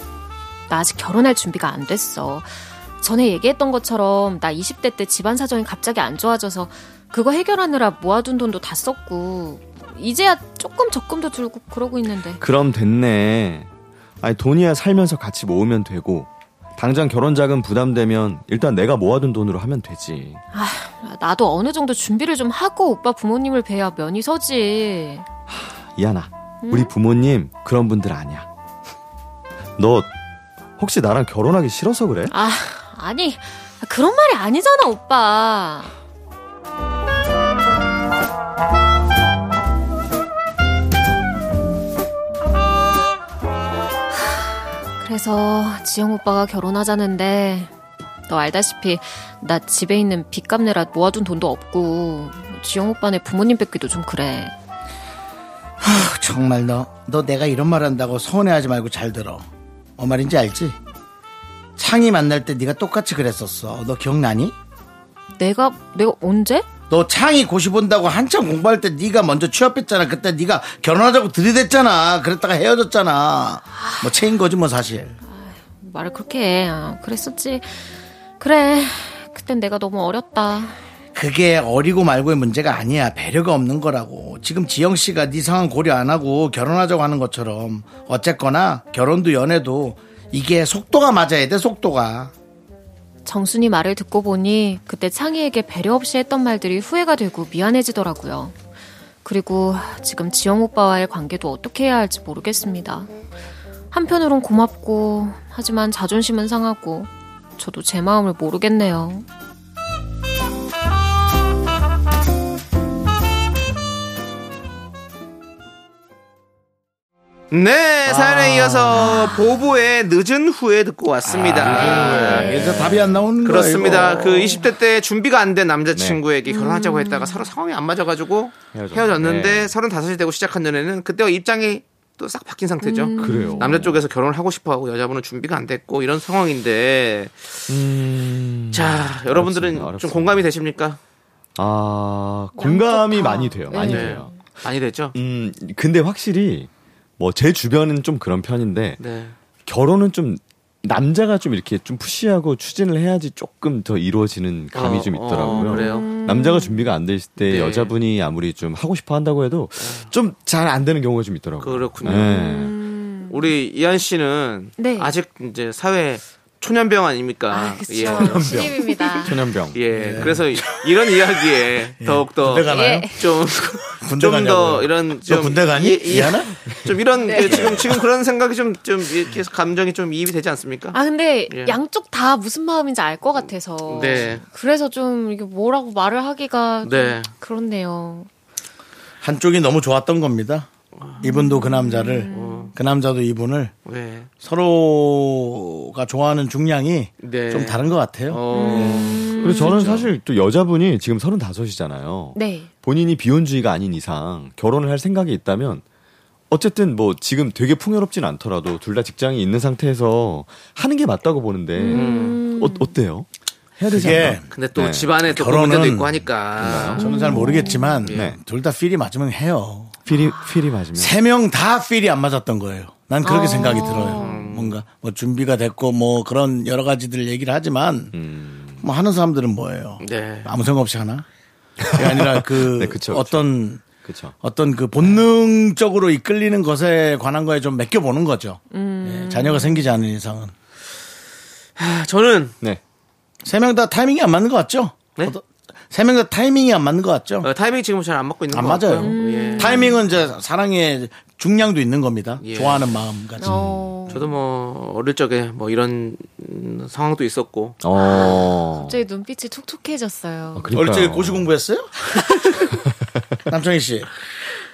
[SPEAKER 7] 나 아직 결혼할 준비가 안 됐어. 전에 얘기했던 것처럼 나 20대 때 집안 사정이 갑자기 안 좋아져서 그거 해결하느라 모아둔 돈도 다 썼고 이제야 조금 적금도 들고 그러고 있는데
[SPEAKER 8] 그럼 됐네. 아니, 돈이야 살면서 같이 모으면 되고 당장 결혼 자금 부담되면 일단 내가 모아둔 돈으로 하면 되지.
[SPEAKER 7] 나도 어느 정도 준비를 좀 하고 오빠 부모님을 뵈야 면이 서지.
[SPEAKER 8] 이하나 우리 부모님 그런 분들 아니야 [laughs] 너 혹시 나랑 결혼하기 싫어서 그래?
[SPEAKER 7] 아, 아니, 그런 말이 아니잖아, 오빠. 그래서 지영 오빠가 결혼하자는데 너 알다시피 나 집에 있는 빚값 내라 모아둔 돈도 없고 지영 오빠네 부모님 뵙기도 좀 그래.
[SPEAKER 1] 정말 너, 너 내가 이런 말 한다고 서운해하지 말고 잘 들어. 어 말인지 알지? 창이 만날 때 네가 똑같이 그랬었어. 너 기억나니?
[SPEAKER 7] 내가 내가 언제?
[SPEAKER 1] 너 창이 고시 본다고 한참 공부할 때 네가 먼저 취업했잖아. 그때 네가 결혼하자고 들이댔잖아. 그랬다가 헤어졌잖아. 뭐 체인 거지 뭐 사실.
[SPEAKER 7] 말을 그렇게 해. 아, 그랬었지. 그래, 그땐 내가 너무 어렸다.
[SPEAKER 1] 그게 어리고 말고의 문제가 아니야. 배려가 없는 거라고. 지금 지영 씨가 네 상황 고려 안 하고 결혼하자고 하는 것처럼 어쨌거나 결혼도 연애도 이게 속도가 맞아야 돼. 속도가.
[SPEAKER 7] 정순이 말을 듣고 보니 그때 창희에게 배려 없이 했던 말들이 후회가 되고 미안해지더라고요. 그리고 지금 지영 오빠와의 관계도 어떻게 해야 할지 모르겠습니다. 한편으론 고맙고 하지만 자존심은 상하고 저도 제 마음을 모르겠네요.
[SPEAKER 2] 네, 사연에 이어서 보보의 늦은 후에 듣고 왔습니다. 네.
[SPEAKER 1] 그래서 답이 안 나오는 거예요.
[SPEAKER 2] 그렇습니다.
[SPEAKER 1] 이거.
[SPEAKER 2] 그 20대 때 준비가 안 된 남자친구에게 결혼하자고 했다가 서로 상황이 안 맞아가지고
[SPEAKER 8] 헤어졌네.
[SPEAKER 2] 헤어졌는데 35이 되고 시작한 연애는 그때와 입장이 또 싹 바뀐 상태죠.
[SPEAKER 8] 그래요.
[SPEAKER 2] 남자 쪽에서 결혼을 하고 싶어 하고 여자분은 준비가 안 됐고 이런 상황인데 자 여러분들은
[SPEAKER 8] 음, 어렵습니다.
[SPEAKER 2] 좀
[SPEAKER 8] 어렵습니다.
[SPEAKER 2] 공감이 되십니까?
[SPEAKER 8] 아, 공감이
[SPEAKER 7] 다.
[SPEAKER 8] 많이 돼요. 많이
[SPEAKER 7] 네.
[SPEAKER 8] 돼요.
[SPEAKER 2] 많이 됐죠?
[SPEAKER 8] 음, 근데 확실히 뭐 제 주변은 좀 그런 편인데
[SPEAKER 2] 네.
[SPEAKER 8] 결혼은 좀 남자가 좀 이렇게 좀 푸시하고 추진을 해야지 조금 더 이루어지는 감이
[SPEAKER 2] 어,
[SPEAKER 8] 좀
[SPEAKER 2] 어,
[SPEAKER 8] 있더라고요.
[SPEAKER 2] 그래요?
[SPEAKER 8] 남자가 준비가 안 될 때
[SPEAKER 2] 네.
[SPEAKER 8] 여자분이 아무리 좀 하고 싶어 한다고 해도 좀 잘 안 되는 경우가 좀 있더라고요.
[SPEAKER 2] 그렇군요. 음.
[SPEAKER 8] 네.
[SPEAKER 2] 우리 이한 씨는
[SPEAKER 7] 네.
[SPEAKER 2] 아직 이제 사회 초년병 아닙니까?
[SPEAKER 7] 아, 그쵸.
[SPEAKER 2] 예.
[SPEAKER 7] 신입입니다.
[SPEAKER 8] 천연병.
[SPEAKER 2] 예. 그래서 이런 이야기에 더욱
[SPEAKER 1] 예. 군대 가나요?
[SPEAKER 7] 예.
[SPEAKER 1] [laughs] 군대
[SPEAKER 2] 더좀 좀
[SPEAKER 1] 가냐고요?
[SPEAKER 2] 더 이런
[SPEAKER 1] 너
[SPEAKER 2] 좀
[SPEAKER 1] 군대 가니?
[SPEAKER 2] 이- 이-
[SPEAKER 1] 이하나?
[SPEAKER 2] 좀 이런
[SPEAKER 7] 네.
[SPEAKER 2] 예, 지금 지금 그런 생각이 좀 좀 이렇게 해서 감정이 좀 이입이 되지 않습니까?
[SPEAKER 7] 아 근데
[SPEAKER 2] 예.
[SPEAKER 7] 양쪽 다 무슨 마음인지 알 것 같아서
[SPEAKER 2] 네.
[SPEAKER 7] 그래서 좀 이게 뭐라고 말을 하기가 좀
[SPEAKER 2] 네.
[SPEAKER 7] 그렇네요.
[SPEAKER 1] 한쪽이 너무 좋았던 겁니다. 이분도 그 남자를
[SPEAKER 2] 음.
[SPEAKER 1] 그 남자도 이분을
[SPEAKER 2] 네.
[SPEAKER 1] 서로가 좋아하는 중량이
[SPEAKER 2] 네.
[SPEAKER 1] 좀 다른 것 같아요.
[SPEAKER 2] 어.
[SPEAKER 7] 음.
[SPEAKER 8] 그리고 저는 사실 또 여자분이 지금 35이잖아요.
[SPEAKER 7] 그렇죠. 네.
[SPEAKER 8] 본인이 비혼주의가 아닌 이상 결혼을 할 생각이 있다면 어쨌든 뭐 지금 되게 풍요롭진 않더라도 둘 다 직장이 있는 상태에서 하는 게 맞다고 보는데
[SPEAKER 7] 음.
[SPEAKER 8] 어, 어때요? 해야 되지
[SPEAKER 1] 그게
[SPEAKER 8] 않나?
[SPEAKER 2] 근데 또
[SPEAKER 8] 네.
[SPEAKER 2] 집안에 또
[SPEAKER 1] 결혼은-
[SPEAKER 2] 문제도 있고 하니까
[SPEAKER 1] 저는 잘 모르겠지만
[SPEAKER 2] 음.
[SPEAKER 8] 네.
[SPEAKER 1] 둘 다 필이 맞으면 해요.
[SPEAKER 8] 필이 필이 맞으면
[SPEAKER 7] 아.
[SPEAKER 1] 세 명 다 필이 안 맞았던 거예요. 난
[SPEAKER 2] 아.
[SPEAKER 1] 그렇게 생각이 들어요. 뭔가 뭐 준비가 됐고 뭐 그런 여러 가지들 얘기를 하지만
[SPEAKER 8] 음.
[SPEAKER 1] 뭐 하는 사람들은 뭐예요?
[SPEAKER 2] 네.
[SPEAKER 1] 아무 생각 없이 하나? 그게
[SPEAKER 8] [laughs]
[SPEAKER 1] 아니라 그
[SPEAKER 8] 네, 그쵸, 그쵸.
[SPEAKER 1] 어떤
[SPEAKER 8] 그렇죠.
[SPEAKER 1] 어떤 그 본능적으로 이끌리는 것에 관한 거에 좀 맡겨 보는 거죠.
[SPEAKER 2] 음.
[SPEAKER 1] 예, 자녀가 생기지 않은 이상은
[SPEAKER 2] 아, 저는
[SPEAKER 8] 네.
[SPEAKER 1] 세 명 다 타이밍이 안 맞는 것 같죠?
[SPEAKER 2] 네?
[SPEAKER 1] 세 명 다 타이밍이 안 맞는 것 같죠?
[SPEAKER 2] 어, 타이밍 지금 잘 안 맞고 있는
[SPEAKER 1] 안
[SPEAKER 2] 것 같고요.
[SPEAKER 1] 맞아요.
[SPEAKER 7] 음.
[SPEAKER 2] 예.
[SPEAKER 1] 타이밍은 이제 사랑의 중량도 있는 겁니다.
[SPEAKER 2] 예.
[SPEAKER 1] 좋아하는 마음까지.
[SPEAKER 7] 어.
[SPEAKER 2] 저도 뭐 어릴 적에 뭐 이런 음, 상황도 있었고
[SPEAKER 8] 어.
[SPEAKER 7] 갑자기 눈빛이 촉촉해졌어요.
[SPEAKER 1] 어릴 적에 고시 공부했어요?
[SPEAKER 2] [laughs]
[SPEAKER 1] 남창희 씨.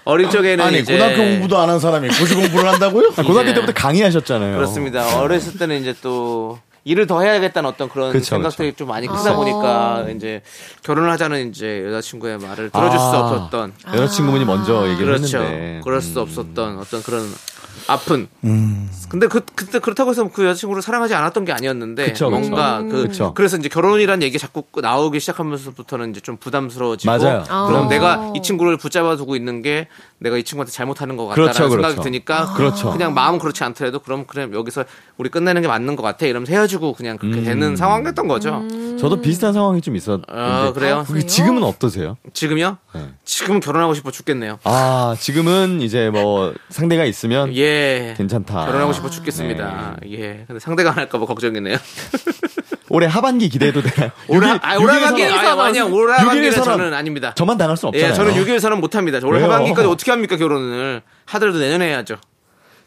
[SPEAKER 2] 어릴 적에는
[SPEAKER 1] 아니
[SPEAKER 2] 이제
[SPEAKER 1] 고등학교 공부도 안 한 사람이 고시 공부를 한다고요?
[SPEAKER 8] 아, 고등학교 때부터 강의하셨잖아요.
[SPEAKER 2] 그렇습니다. 어렸을 때는 이제 또 일을 더 해야겠다는 어떤 그런
[SPEAKER 8] 그쵸,
[SPEAKER 2] 생각들이
[SPEAKER 8] 그쵸.
[SPEAKER 2] 좀 많이 크다 보니까 이제 결혼을 하자는 이제 여자친구의 말을 들어줄 수
[SPEAKER 8] 아.
[SPEAKER 2] 없었던
[SPEAKER 8] 여자친구분이 먼저 얘기를
[SPEAKER 2] 그렇죠.
[SPEAKER 8] 했는데 음.
[SPEAKER 2] 그럴 수 없었던 어떤 그런 아픈. 근데 그 그때 그렇다고 해서 그 여자친구를 사랑하지 않았던 게 아니었는데
[SPEAKER 8] 그쵸, 그쵸.
[SPEAKER 2] 뭔가 그
[SPEAKER 8] 그쵸.
[SPEAKER 2] 그래서 이제 결혼이란 얘기 자꾸 그 나오기 시작하면서부터는 이제 좀 부담스러워지고
[SPEAKER 8] 맞아요.
[SPEAKER 2] 그럼
[SPEAKER 7] 아.
[SPEAKER 8] 어.
[SPEAKER 2] 내가 이 친구를 붙잡아 두고 있는 게 내가 이 친구한테 잘못하는 것 같다라는
[SPEAKER 8] 그렇죠,
[SPEAKER 2] 생각이
[SPEAKER 8] 그렇죠.
[SPEAKER 2] 드니까
[SPEAKER 8] 그렇죠.
[SPEAKER 2] 그냥 마음 그렇지 않더라도 그럼 그래 여기서 우리 끝내는 게 맞는 것 같아 이러면서 헤어지고 그냥 그렇게
[SPEAKER 8] 음.
[SPEAKER 2] 되는 상황이었던 거죠.
[SPEAKER 8] 저도 비슷한 상황이 좀 있었는데
[SPEAKER 2] 아, 그래요?
[SPEAKER 8] 그게 지금은 어떠세요?
[SPEAKER 2] 지금요?
[SPEAKER 8] 네.
[SPEAKER 2] 지금 결혼하고 싶어 죽겠네요.
[SPEAKER 8] 아 지금은 이제 뭐 상대가 있으면
[SPEAKER 2] 예.
[SPEAKER 8] 괜찮다. 네.
[SPEAKER 2] 결혼하고 싶어 죽겠습니다. 예. 근데 상대가 안 할까봐
[SPEAKER 8] [laughs]
[SPEAKER 2] 걱정이네요.
[SPEAKER 8] 올해 하반기
[SPEAKER 2] [laughs]
[SPEAKER 8] 기대해도 되나요?
[SPEAKER 2] 오라, 아, 오라반기,
[SPEAKER 8] 육일에서는-
[SPEAKER 2] 아, 아니야, 오라반기는
[SPEAKER 8] 육일에서는
[SPEAKER 2] 저는 아닙니다.
[SPEAKER 8] 저만 당할 수 없잖아요.
[SPEAKER 2] 예, 저는 6일 사람 못합니다. 올
[SPEAKER 8] 왜요?
[SPEAKER 2] 하반기까지 어떻게 합니까, 결혼을. 하더라도 내년에 해야죠.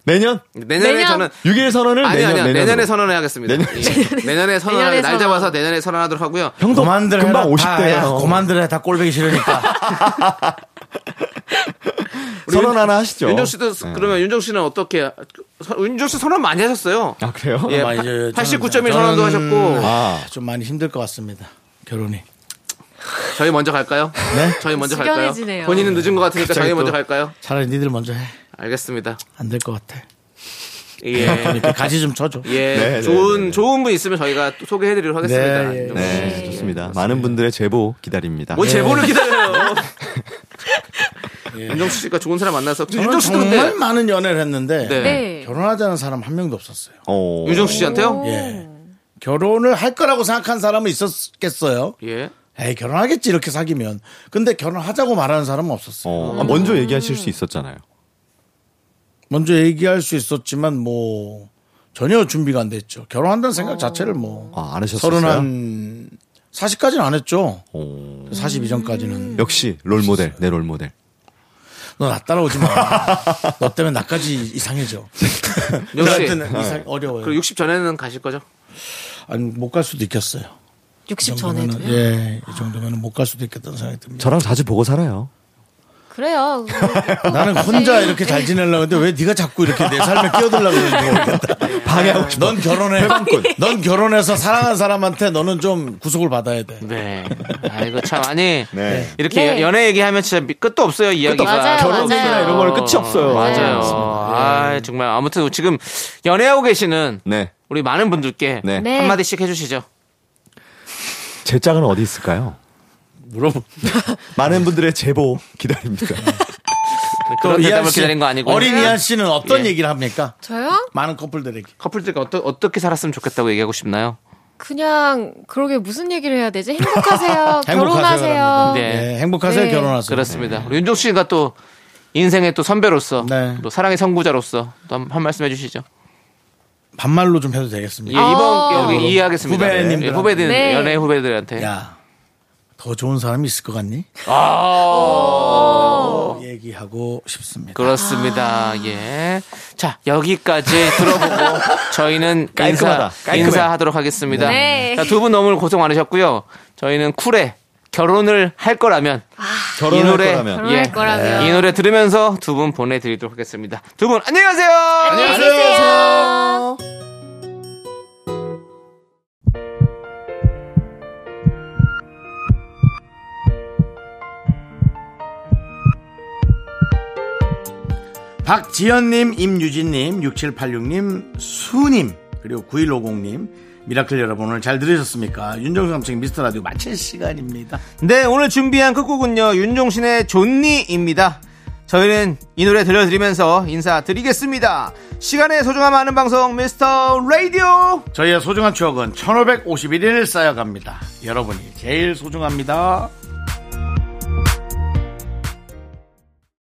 [SPEAKER 8] 내년
[SPEAKER 2] 내년에
[SPEAKER 7] 내년.
[SPEAKER 2] 저는.
[SPEAKER 8] 6일 선언을
[SPEAKER 2] 아니,
[SPEAKER 8] 내년,
[SPEAKER 2] 아니요.
[SPEAKER 8] 내년으로.
[SPEAKER 2] 내년에 선언해야겠습니다.
[SPEAKER 8] 내년-
[SPEAKER 2] 예. 내년에 선언하고,
[SPEAKER 7] 내년에
[SPEAKER 2] 날
[SPEAKER 7] 선언.
[SPEAKER 2] 잡아서 내년에 선언하도록 하고요.
[SPEAKER 8] [laughs] 형도
[SPEAKER 1] 그만들 해라.
[SPEAKER 8] 금방
[SPEAKER 1] 다, 아, 야,
[SPEAKER 8] 50대예요.
[SPEAKER 1] 그만들 해다 꼴보기 싫으니까.
[SPEAKER 8] 선언 하나 하시죠.
[SPEAKER 2] 윤정 씨도,
[SPEAKER 8] 네.
[SPEAKER 2] 그러면 윤정 씨는 어떻게, 선- 윤정 씨 선언 많이 하셨어요.
[SPEAKER 8] 아 그래요?
[SPEAKER 2] 예,
[SPEAKER 1] 아마 이제
[SPEAKER 2] 89.1
[SPEAKER 1] 저는-
[SPEAKER 2] 선언도 하셨고.
[SPEAKER 8] 아
[SPEAKER 1] 좀 많이 힘들 것 같습니다. 결혼이.
[SPEAKER 2] 저희 먼저 갈까요? 네? 저희 먼저 갈까요?
[SPEAKER 7] 숙연해지네요.
[SPEAKER 2] 본인은 늦은 것 같으니까 저희
[SPEAKER 1] 갑자기
[SPEAKER 2] 먼저
[SPEAKER 1] 또-
[SPEAKER 2] 갈까요?
[SPEAKER 1] 차라리 니들 먼저 해.
[SPEAKER 2] 알겠습니다.
[SPEAKER 1] 안 될 것 같아.
[SPEAKER 2] 예.
[SPEAKER 1] 그러니까 가지 좀 쳐줘.
[SPEAKER 2] 예, 좋은
[SPEAKER 8] 네, 네, 네. 좋은
[SPEAKER 2] 좋은 분 있으면 저희가 소개해드리도록 하겠습니다.
[SPEAKER 1] 하겠습니다. 네, 예.
[SPEAKER 8] 네, 좋습니다. 많은 분들의 제보 기다립니다.
[SPEAKER 2] 뭐 제보를 기다려요. 예. 윤정수 씨가 좋은 사람 만나서
[SPEAKER 1] 저는
[SPEAKER 2] 윤정수 씨도
[SPEAKER 1] 정말
[SPEAKER 2] 근데
[SPEAKER 1] 많은 연애를 했는데
[SPEAKER 2] 네.
[SPEAKER 7] 네.
[SPEAKER 1] 결혼하자는 사람 한 명도 없었어요.
[SPEAKER 8] 어.
[SPEAKER 2] 윤정수 씨한테요?
[SPEAKER 1] 예. 결혼을 할 거라고 생각한 사람은 있었겠어요.
[SPEAKER 2] 예.
[SPEAKER 1] 에이 결혼하겠지 이렇게 사귀면. 근데 결혼하자고 말하는 사람은 없었어요.
[SPEAKER 8] 어, 아, 먼저 얘기하실 수 있었잖아요.
[SPEAKER 1] 먼저 얘기할 수 있었지만 뭐 전혀 준비가 안 됐죠. 결혼한다는 생각 자체를 뭐
[SPEAKER 8] 아, 안 하셨었어요?
[SPEAKER 1] 서른 한 40까지는 안 했죠.
[SPEAKER 8] 어,
[SPEAKER 1] 40 이전까지는
[SPEAKER 8] 역시 롤 모델, 내 롤 모델.
[SPEAKER 1] 너 나
[SPEAKER 2] [laughs]
[SPEAKER 1] 따라오지 마. 너 때문에 나까지 이상해져.
[SPEAKER 2] 역시.
[SPEAKER 1] 너한테는 이상 어려워요.
[SPEAKER 2] 네. 그럼 60 전에는 가실 거죠?
[SPEAKER 1] 아니 못 갈 수도 있겠어요.
[SPEAKER 7] 60
[SPEAKER 1] 그 정도면은,
[SPEAKER 7] 전에도요?
[SPEAKER 1] 예, 이 정도면 못 갈 수도 있겠다는 생각이 듭니다.
[SPEAKER 8] 저랑 자주 보고 살아요.
[SPEAKER 7] 그래요.
[SPEAKER 1] 나는 혼자 이렇게
[SPEAKER 2] 예.
[SPEAKER 1] 잘 지내려고 했는데 왜 네가 자꾸 이렇게 내 삶에 끼어들려고 그러는지
[SPEAKER 2] [laughs]
[SPEAKER 1] 모르겠다. 방해하고 싶어. 넌 결혼해. 넌 결혼해서 사랑한 사람한테 너는 좀 구속을 받아야 돼.
[SPEAKER 2] 네. [laughs] 아이고, 참, 아니.
[SPEAKER 8] 네.
[SPEAKER 2] 이렇게
[SPEAKER 7] 네.
[SPEAKER 2] 연애 얘기하면 진짜 미- 끝도 없어요, 이야기가.
[SPEAKER 7] 맞아요, 결혼이나 맞아요. 이런 거는
[SPEAKER 8] 끝이 없어요.
[SPEAKER 2] 맞아요. 아, 정말. 아무튼 지금 연애하고 계시는
[SPEAKER 8] 네.
[SPEAKER 2] 우리 많은 분들께
[SPEAKER 8] 네.
[SPEAKER 7] 네.
[SPEAKER 2] 한마디씩 해주시죠.
[SPEAKER 8] 제 짝은 어디 있을까요?
[SPEAKER 1] 물어보.
[SPEAKER 8] [laughs] 많은 분들의 제보 기다립니다.
[SPEAKER 2] 그런 대답을 기다린 거 예. 아니고.
[SPEAKER 1] 어린 이한 씨는 어떤 얘기를 합니까?
[SPEAKER 7] 저요?
[SPEAKER 1] 많은 커플들에게.
[SPEAKER 2] 커플들과 어떠, 어떻게 살았으면 좋겠다고 얘기하고 싶나요?
[SPEAKER 7] 그냥 그러게 무슨 얘기를 해야 되지? 행복하세요.
[SPEAKER 1] 행복하세요랍니다.
[SPEAKER 7] 결혼하세요.
[SPEAKER 2] 네.
[SPEAKER 1] 예, 행복하세요,
[SPEAKER 7] 네.
[SPEAKER 1] 결혼하세요.
[SPEAKER 2] 그렇습니다. 우리 윤종 씨가 또 인생의 또 선배로서
[SPEAKER 1] 네.
[SPEAKER 2] 또 사랑의 선구자로서 또 한, 한 말씀 해주시죠.
[SPEAKER 1] 반말로 좀 해도
[SPEAKER 2] 예,
[SPEAKER 1] 되겠습니다.
[SPEAKER 2] 이번 여기 이해하겠습니다.
[SPEAKER 1] 후배님들한테.
[SPEAKER 2] 예, 후배들
[SPEAKER 7] 아. 네.
[SPEAKER 2] 연애 후배들한테
[SPEAKER 1] 야, 더 좋은 사람이 있을 것 같니?
[SPEAKER 2] 아.
[SPEAKER 1] 얘기하고 싶습니다.
[SPEAKER 2] 그렇습니다.
[SPEAKER 7] 아.
[SPEAKER 2] 예. 자 여기까지 들어보고 저희는 인사
[SPEAKER 8] 깔끔하다. 깔끔해.
[SPEAKER 2] 인사하도록 하겠습니다.
[SPEAKER 7] 네.
[SPEAKER 2] 두 분 너무 고생 많으셨고요. 저희는 쿨에 결혼을 할 거라면 이
[SPEAKER 8] 결혼할
[SPEAKER 2] 노래 예.
[SPEAKER 8] 거라면.
[SPEAKER 7] 결혼할 거라면.
[SPEAKER 2] 이 노래 들으면서 두 분 보내드리도록 하겠습니다. 두 분 안녕히 가세요.
[SPEAKER 7] 안녕히 계세요.
[SPEAKER 1] 박지현님, 임유진님, 6786님, 수님, 그리고 9150님, 미라클 여러분 오늘 잘 들으셨습니까? 윤정수 남친 미스터 라디오 마칠 시간입니다.
[SPEAKER 2] 네, 오늘 준비한 끝곡은요, 윤종신의 존니입니다. 저희는 이 노래 들려드리면서 인사드리겠습니다. 시간의 소중함 아는 방송, 미스터 라디오!
[SPEAKER 1] 저희의 소중한 추억은 1551일 쌓여갑니다. 여러분이 제일 소중합니다.